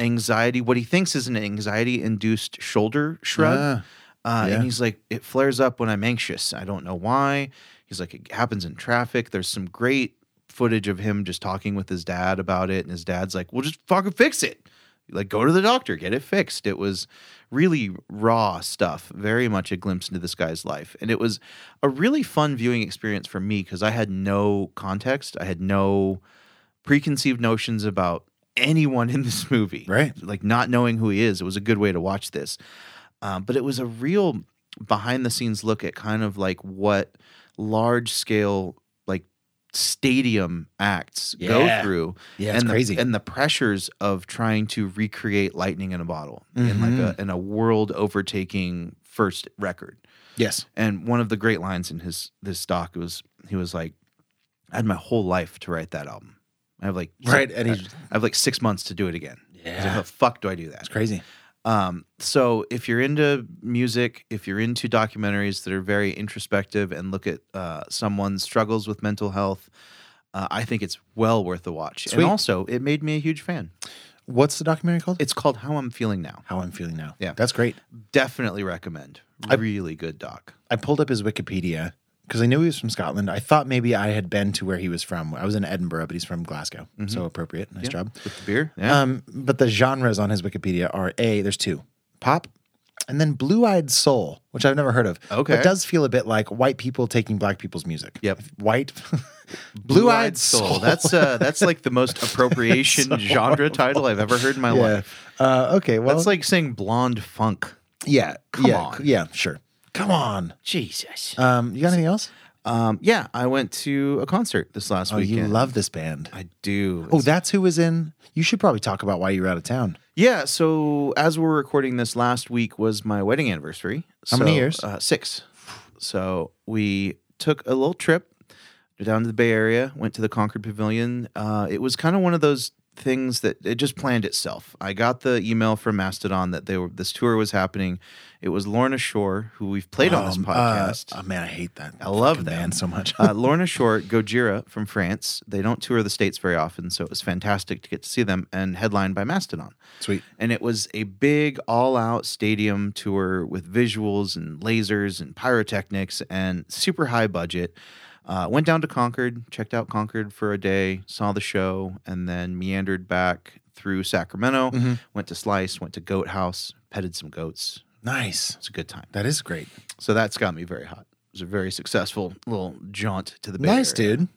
[SPEAKER 6] anxiety, what he thinks is an anxiety induced shoulder shrug.
[SPEAKER 1] Ah,
[SPEAKER 6] Uh,
[SPEAKER 1] yeah.
[SPEAKER 6] And he's like, it flares up when I'm anxious. I don't know why. He's like, it happens in traffic. There's some great footage of him just talking with his dad about it. And his dad's like, well, just fucking fix it. Like, go to the doctor, get it fixed. It was really raw stuff, very much a glimpse into this guy's life. And it was a really fun viewing experience for me because I had no context. I had no preconceived notions about anyone in this movie.
[SPEAKER 1] Right.
[SPEAKER 6] Like not knowing who he is, it was a good way to watch this. Um, but it was a real behind the scenes look at kind of like what large scale like stadium acts go
[SPEAKER 1] Yeah.
[SPEAKER 6] through
[SPEAKER 1] Yeah, it's
[SPEAKER 6] and the,
[SPEAKER 1] crazy.
[SPEAKER 6] and the pressures of trying to recreate lightning in a bottle in
[SPEAKER 1] Mm-hmm.
[SPEAKER 6] like a in a world overtaking first record
[SPEAKER 1] Yes.
[SPEAKER 6] and one of the great lines in his this doc was he was like, "I had my whole life to write that album. I have like
[SPEAKER 1] Right,
[SPEAKER 6] six-
[SPEAKER 1] and he's-
[SPEAKER 6] I have like six months to do it again.
[SPEAKER 1] Yeah.
[SPEAKER 6] how the fuck do I do that?
[SPEAKER 1] It's crazy.
[SPEAKER 6] Um, so if you're into music, if you're into documentaries that are very introspective and look at uh, someone's struggles with mental health, uh, I think it's well worth a watch.
[SPEAKER 1] Sweet.
[SPEAKER 6] And also, it made me a huge fan.
[SPEAKER 1] What's the documentary called?
[SPEAKER 6] It's called How I'm Feeling Now.
[SPEAKER 1] How I'm Feeling Now.
[SPEAKER 6] Yeah.
[SPEAKER 1] That's great.
[SPEAKER 6] Definitely recommend. really good doc.
[SPEAKER 1] I pulled up his Wikipedia because I knew he was from Scotland. I thought maybe I had been to where he was from. I was in Edinburgh, but he's from Glasgow. So appropriate. Nice job.
[SPEAKER 6] With the beer, Mm-hmm. Uh, yeah.
[SPEAKER 1] Um, but the genres on his Wikipedia are A, there's two pop and then Blue Eyed Soul, which I've never heard of.
[SPEAKER 6] Okay.
[SPEAKER 1] But does feel a bit like white people taking black people's music.
[SPEAKER 6] Yep.
[SPEAKER 1] White.
[SPEAKER 6] Blue Eyed Soul. That's uh, that's like the most appropriation
[SPEAKER 1] So
[SPEAKER 6] genre title I've ever heard in my
[SPEAKER 1] yeah.
[SPEAKER 6] life.
[SPEAKER 1] Uh, okay. Well,
[SPEAKER 6] That's like saying blonde funk.
[SPEAKER 1] yeah.
[SPEAKER 6] come
[SPEAKER 1] yeah,
[SPEAKER 6] on.
[SPEAKER 1] Yeah, sure. Come on.
[SPEAKER 6] Jesus.
[SPEAKER 1] Um, you got anything else?
[SPEAKER 6] Um, yeah, I went to a concert this last
[SPEAKER 1] oh,
[SPEAKER 6] weekend.
[SPEAKER 1] you love this band.
[SPEAKER 6] I do.
[SPEAKER 1] Oh, that's who was in. You should probably talk about why you were out of town.
[SPEAKER 6] Yeah. So as we're recording this, last week was my wedding anniversary.
[SPEAKER 1] How
[SPEAKER 6] So,
[SPEAKER 1] many years?
[SPEAKER 6] Uh, six. So we took a little trip down to the Bay Area, went to the Concord Pavilion. Uh, it was kind of one of those things that it just planned itself. I got the email from Mastodon that they were this tour was happening. It was Lorna Shore, who we've played on this
[SPEAKER 1] Um, uh,
[SPEAKER 6] podcast.
[SPEAKER 1] oh man, I hate that.
[SPEAKER 6] I love
[SPEAKER 1] fucking
[SPEAKER 6] that
[SPEAKER 1] band so much.
[SPEAKER 6] uh, Lorna Shore, Gojira from France. They don't tour the states very often, so it was fantastic to get to see them and headlined by Mastodon.
[SPEAKER 1] Sweet.
[SPEAKER 6] And it was a big all-out stadium tour with visuals and lasers and pyrotechnics and super high budget. Uh, went down to Concord, checked out Concord for a day, saw the show, and then meandered back through Sacramento.
[SPEAKER 1] Mhm.
[SPEAKER 6] Went to Slice, went to Goat House, petted some goats.
[SPEAKER 1] nice.
[SPEAKER 6] It's a good time.
[SPEAKER 1] That is great.
[SPEAKER 6] So that's got me very hot. It was a very successful little jaunt to the Bay
[SPEAKER 1] Nice,
[SPEAKER 6] Area.
[SPEAKER 1] dude.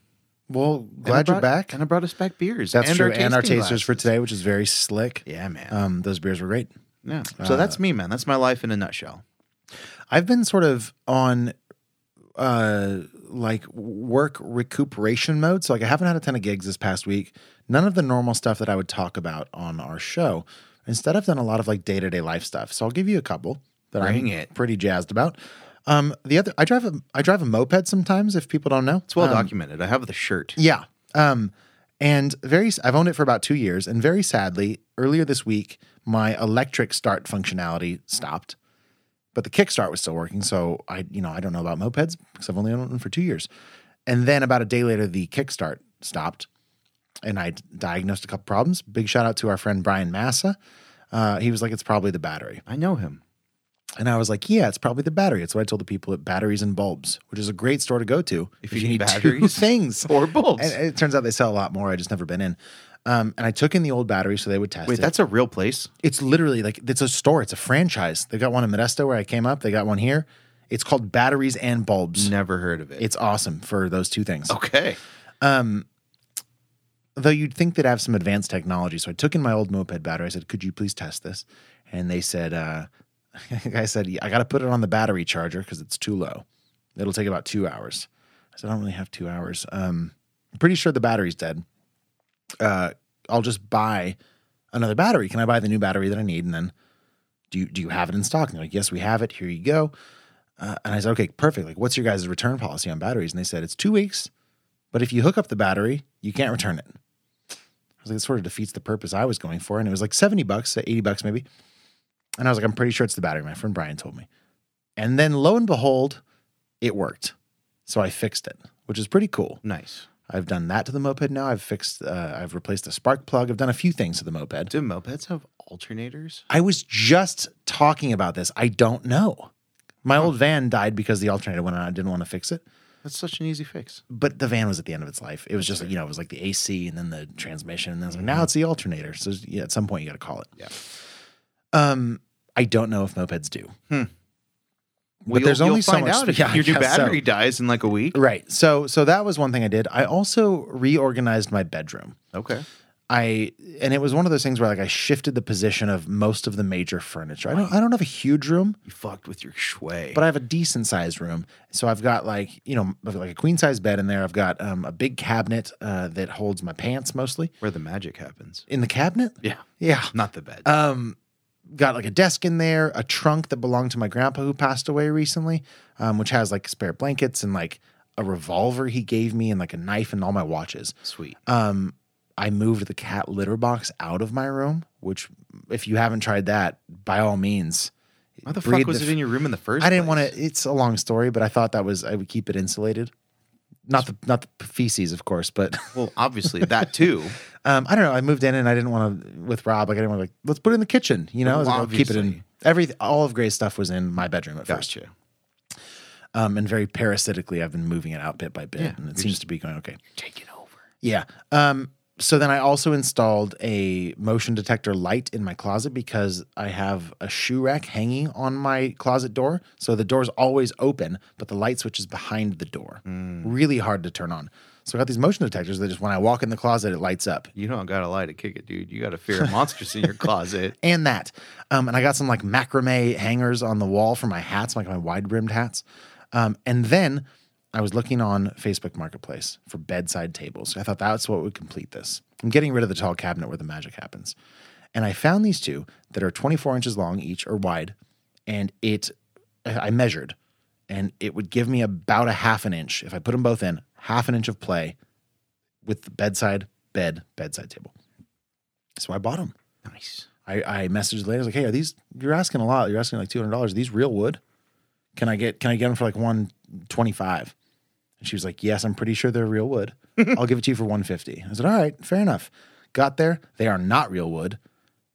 [SPEAKER 1] Well,
[SPEAKER 6] And I
[SPEAKER 1] glad you're
[SPEAKER 6] brought-
[SPEAKER 1] back.
[SPEAKER 6] And I brought us back beers.
[SPEAKER 1] That's
[SPEAKER 6] and
[SPEAKER 1] true.
[SPEAKER 6] Our
[SPEAKER 1] and our
[SPEAKER 6] tasting
[SPEAKER 1] tasters for
[SPEAKER 6] glasses.
[SPEAKER 1] today, which is very slick.
[SPEAKER 6] Yeah, man.
[SPEAKER 1] Um, those beers were great.
[SPEAKER 6] yeah.
[SPEAKER 1] Uh,
[SPEAKER 6] So that's me, man. That's my life in a nutshell.
[SPEAKER 1] I've been sort of on uh like work recuperation mode. So like I haven't had a ton of gigs this past week. None of the normal stuff that I would talk about on our show. Instead, I've done a lot of like day-to-day life stuff. So I'll give you a couple that
[SPEAKER 6] Bring
[SPEAKER 1] I'm
[SPEAKER 6] it.
[SPEAKER 1] pretty jazzed about. Um the other I drive a I drive a moped sometimes if people don't know.
[SPEAKER 6] It's well
[SPEAKER 1] Um,
[SPEAKER 6] documented. I have the shirt.
[SPEAKER 1] Yeah. Um, and very, I've owned it for about two years, and very sadly, earlier this week, my electric start functionality stopped, but the kickstart was still working. So I, you know, I don't know about mopeds because I've only owned one for two years. And then about a day later, the kickstart stopped, and I d- diagnosed a couple problems. Big shout out to our friend Brian Massa. Uh, he was like, "It's probably the battery."
[SPEAKER 6] I know him.
[SPEAKER 1] And I was like, yeah, it's probably the battery. It's what I told the people at Batteries and Bulbs, which is a great store to go to
[SPEAKER 6] If you need
[SPEAKER 1] two
[SPEAKER 6] batteries
[SPEAKER 1] things
[SPEAKER 6] or bulbs.
[SPEAKER 1] And it turns out they sell a lot more. I just never been in. Um, and I took in the old battery so they would test
[SPEAKER 6] Wait,
[SPEAKER 1] it.
[SPEAKER 6] that's a real place.
[SPEAKER 1] it's literally like it's a store. It's a franchise. They got one in Modesto where I came up. They got one here. It's called Batteries and Bulbs.
[SPEAKER 6] Never heard of it.
[SPEAKER 1] It's awesome for those two things.
[SPEAKER 6] okay.
[SPEAKER 1] Though you'd think they'd have some advanced technology. So I took in my old moped battery. I said, could you please test this? And they said, uh, I said, "Yeah, I got to put it on the battery charger because it's too low. It'll take about two hours. I said, I don't really have two hours. Um, I'm pretty sure the battery's dead. Uh, I'll just buy another battery. Can I buy the new battery that I need? And then do you, do you have it in stock? And they're like, yes, we have it. Here you go. Uh, and I said, okay, perfect. Like, what's your guys' return policy on batteries? And they said, it's two weeks, but if you hook up the battery, you can't return it. I was like, it sort of defeats the purpose I was going for. And it was like 70 bucks, 80 bucks maybe. And I was like, I'm pretty sure it's the battery. My friend Brian told me. And then lo and behold, it worked. So I fixed it, which is pretty cool.
[SPEAKER 6] Nice.
[SPEAKER 1] I've done that to the moped now. I've fixed, uh, I've replaced the spark plug. I've done a few things to the moped.
[SPEAKER 6] Do mopeds have alternators?
[SPEAKER 1] I was just talking about this. I don't know. My old van died because the alternator went on. I didn't want to fix it,
[SPEAKER 6] That's such an easy fix.
[SPEAKER 1] but the van was at the end of its life. It was just like, you know, it was like the AC and then the transmission, and then it's like now it's the alternator. So yeah, at some point you got to call it.
[SPEAKER 6] Mm-hmm. Yeah.
[SPEAKER 1] Um, I don't know if mopeds do. But
[SPEAKER 6] You'll-
[SPEAKER 1] there's
[SPEAKER 6] you'll
[SPEAKER 1] only so
[SPEAKER 6] find
[SPEAKER 1] much-
[SPEAKER 6] out if
[SPEAKER 1] yeah, I
[SPEAKER 6] your new
[SPEAKER 1] guess so.
[SPEAKER 6] battery dies in like a week.
[SPEAKER 1] Right. So so that was one thing I did. I also reorganized my bedroom.
[SPEAKER 6] Okay.
[SPEAKER 1] I and it was one of those things where like I shifted the position of most of the major furniture. I don't I don't have a huge room,
[SPEAKER 6] You fucked with your shway.
[SPEAKER 1] but I have a decent sized room. So I've got like you know I've got, like a queen size bed in there. I've got um, a big cabinet uh, that holds my pants mostly
[SPEAKER 6] where the magic happens.
[SPEAKER 1] in the cabinet.
[SPEAKER 6] Yeah.
[SPEAKER 1] Yeah.
[SPEAKER 6] Not the bed.
[SPEAKER 1] Um, got like a desk in there, a trunk that belonged to my grandpa who passed away recently, um, which has like spare blankets and like a revolver he gave me and like a knife and all my watches.
[SPEAKER 6] Sweet.
[SPEAKER 1] Um, I moved the cat litter box out of my room, which if you haven't tried that, by all means.
[SPEAKER 6] Why the
[SPEAKER 1] breed
[SPEAKER 6] fuck was
[SPEAKER 1] the
[SPEAKER 6] it in your room in the first
[SPEAKER 1] I didn't want
[SPEAKER 6] place?
[SPEAKER 1] to. It's a long story, but I thought that was I would keep it insulated. Not the not the feces, of course, but
[SPEAKER 6] Well, obviously, that too.
[SPEAKER 1] um, I don't know. I moved in and I didn't want to with Rob. Like I didn't want to like let's put it in the kitchen. You know, I was like, I'll keep it in
[SPEAKER 6] Obviously.
[SPEAKER 1] every all of Gray's stuff was in my bedroom at first.
[SPEAKER 6] Gotcha.
[SPEAKER 1] Um, and very parasitically, I've been moving it out bit by bit, and it seems to be going okay.
[SPEAKER 6] Taking over.
[SPEAKER 1] Yeah. Um, so then I also installed a motion detector light in my closet because I have a shoe rack hanging on my closet door. So the door's always open, but the light switch is behind the door.
[SPEAKER 6] Mm.
[SPEAKER 1] Really hard to turn on. So I got these motion detectors that just when I walk in the closet, it lights up.
[SPEAKER 6] You don't gotta lie to kick it, dude. You gotta fear of monsters in your closet.
[SPEAKER 1] and that. Um, and I got some like macrame hangers on the wall for my hats, like my wide brimmed hats. Um, and then I was looking on Facebook Marketplace for bedside tables. I thought that's what would complete this. I'm getting rid of the tall cabinet where the magic happens. And I found these two that are 24 inches long each or wide. And it, I measured, and it would give me about a half an inch. If I put them both in, half an inch of play with the bedside, bed, bedside table. So I bought them.
[SPEAKER 6] Nice.
[SPEAKER 1] I, I messaged the lady. I was like, "Hey, are these? You're asking a lot. You're asking like two hundred dollars. These real wood? Can I get? Can I get them for like one twenty five? And she was like, "Yes, I'm pretty sure they're real wood. I'll give it to you for one fifty. I said, "All right, fair enough." Got there. They are not real wood,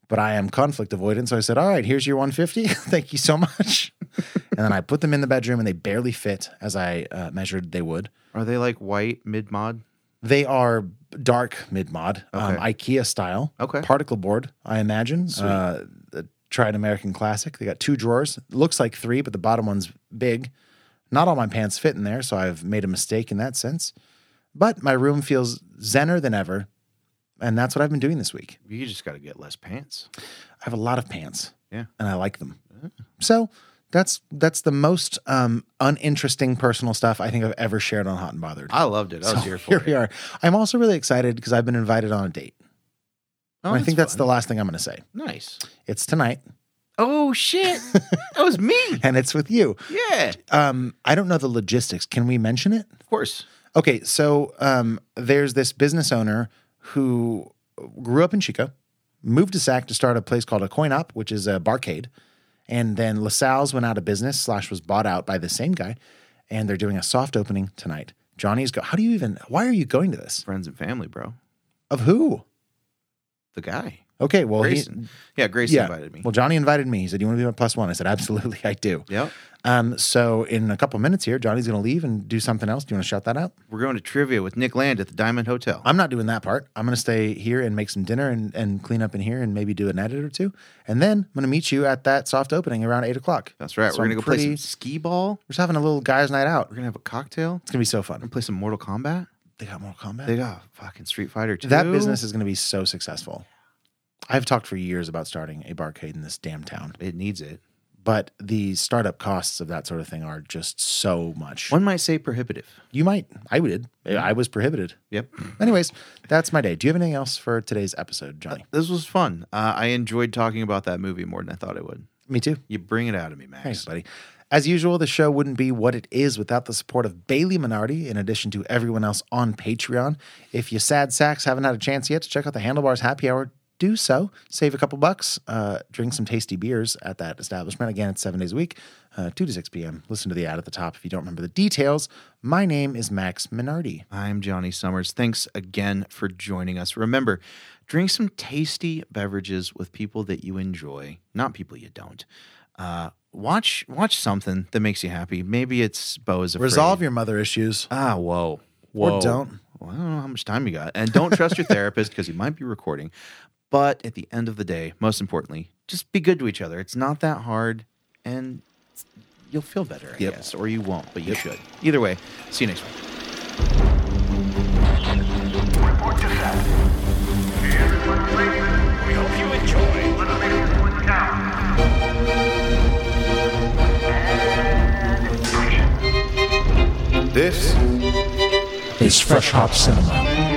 [SPEAKER 1] but I am conflict avoidant, so I said, "All right, here's your one fifty. Thank you so much." and then I put them in the bedroom, and they barely fit as I uh, measured they would.
[SPEAKER 6] Are they like white mid mod?
[SPEAKER 1] They are dark mid mod, okay. um, IKEA style.
[SPEAKER 6] Okay.
[SPEAKER 1] Particle board, I imagine. Uh, try an American classic. They got two drawers. Looks like three, but the bottom one's big. Not all my pants fit in there, so I've made a mistake in that sense. But my room feels zenner than ever. And that's what I've been doing this week.
[SPEAKER 6] You just got to get less pants.
[SPEAKER 1] I have a lot of pants.
[SPEAKER 6] Yeah. Uh-huh.
[SPEAKER 1] And I like them. So that's that's the most um, uninteresting personal stuff I think I've ever shared on Hot and Bothered.
[SPEAKER 6] I loved it. I was so here for
[SPEAKER 1] here
[SPEAKER 6] it.
[SPEAKER 1] we are. I'm also really excited because I've been invited on a date. Oh, I think that's fun. the last thing I'm going to say.
[SPEAKER 6] Nice.
[SPEAKER 1] It's tonight.
[SPEAKER 6] Oh shit! that was me,
[SPEAKER 1] and it's with you.
[SPEAKER 6] Yeah.
[SPEAKER 1] Um, I don't know the logistics. Can we mention it?
[SPEAKER 6] Of course.
[SPEAKER 1] Okay, so um, there's this business owner who grew up in Chico, moved to Sac to start a place called a Coin Op, which is a barcade and then LaSalle's went out of business slash was bought out by the same guy, and they're doing a soft opening tonight. Johnny's go. How do you even? Why are you going to this?
[SPEAKER 6] Friends and family, bro.
[SPEAKER 1] Of who?
[SPEAKER 6] The guy.
[SPEAKER 1] Okay, well,
[SPEAKER 6] Grayson. He, yeah, Grayson yeah. invited me.
[SPEAKER 1] Well, Johnny invited me. He said, "You want to be my plus one?" I said, "Absolutely, I do."
[SPEAKER 6] Yep.
[SPEAKER 1] Um, so in a couple minutes here, Johnny's going to leave and do something else. Do you want to shout that out?
[SPEAKER 6] We're going to trivia with Nick Land at the Diamond Hotel.
[SPEAKER 1] I'm not doing that part. I'm going to stay here and make some dinner and, and clean up in here and maybe do an edit or two, and then I'm going to meet you at that soft opening around eight o'clock.
[SPEAKER 6] That's right.
[SPEAKER 1] So
[SPEAKER 6] We're going to go pretty, play some skee ball.
[SPEAKER 1] We're just having a little guys' night out.
[SPEAKER 6] We're going to have a cocktail.
[SPEAKER 1] It's going to be so fun.
[SPEAKER 6] We're play some Mortal Kombat.
[SPEAKER 1] They got Mortal Kombat.
[SPEAKER 6] They got fucking Street Fighter 2.
[SPEAKER 1] That business is going to be so successful. I've talked for years about starting a barcade in this damn town.
[SPEAKER 6] It needs it.
[SPEAKER 1] But the startup costs of that sort of thing are just so much.
[SPEAKER 6] One might say prohibitive.
[SPEAKER 1] You might. I would. I was prohibited.
[SPEAKER 6] Yep.
[SPEAKER 1] Anyways, that's my day. Do you have anything else for today's episode, Johnny?
[SPEAKER 6] This was fun. Uh, I enjoyed talking about that movie more than I thought I would.
[SPEAKER 1] Uh, Me too.
[SPEAKER 6] You bring it out of me, Max.
[SPEAKER 1] Thanks, buddy. As usual, the show wouldn't be what it is without the support of Bailey Minardi, in addition to everyone else on Patreon. If you sad sacks haven't had a chance yet to check out the Handlebars Happy Hour, do so. Save a couple bucks, uh, drink some tasty beers at that establishment. Again, it's seven days a week, uh, 2 to 6 p.m. Listen to the ad at the top if you don't remember the details. My name is Max Minardi.
[SPEAKER 6] I'm Johnny Summers. Thanks again for joining us. Remember, drink some tasty beverages with people that you enjoy, not people you don't. Uh, watch watch something that makes you happy. Maybe it's Bo is afraid.
[SPEAKER 1] Resolve your mother issues.
[SPEAKER 6] Ah, whoa. Whoa.
[SPEAKER 1] Or don't.
[SPEAKER 6] Well, I don't know how much time you got. And don't trust your therapist because he might be recording. But at the end of the day, most importantly, just be good to each other. It's not that hard, and you'll feel better, I yep. guess, or you won't, but you yep. should. Either way, see you next week.
[SPEAKER 3] Report to Seth. Hey, everyone, please. We hope you enjoy. Let's make this one count.
[SPEAKER 4] This
[SPEAKER 5] is Fresh Hop Cinema.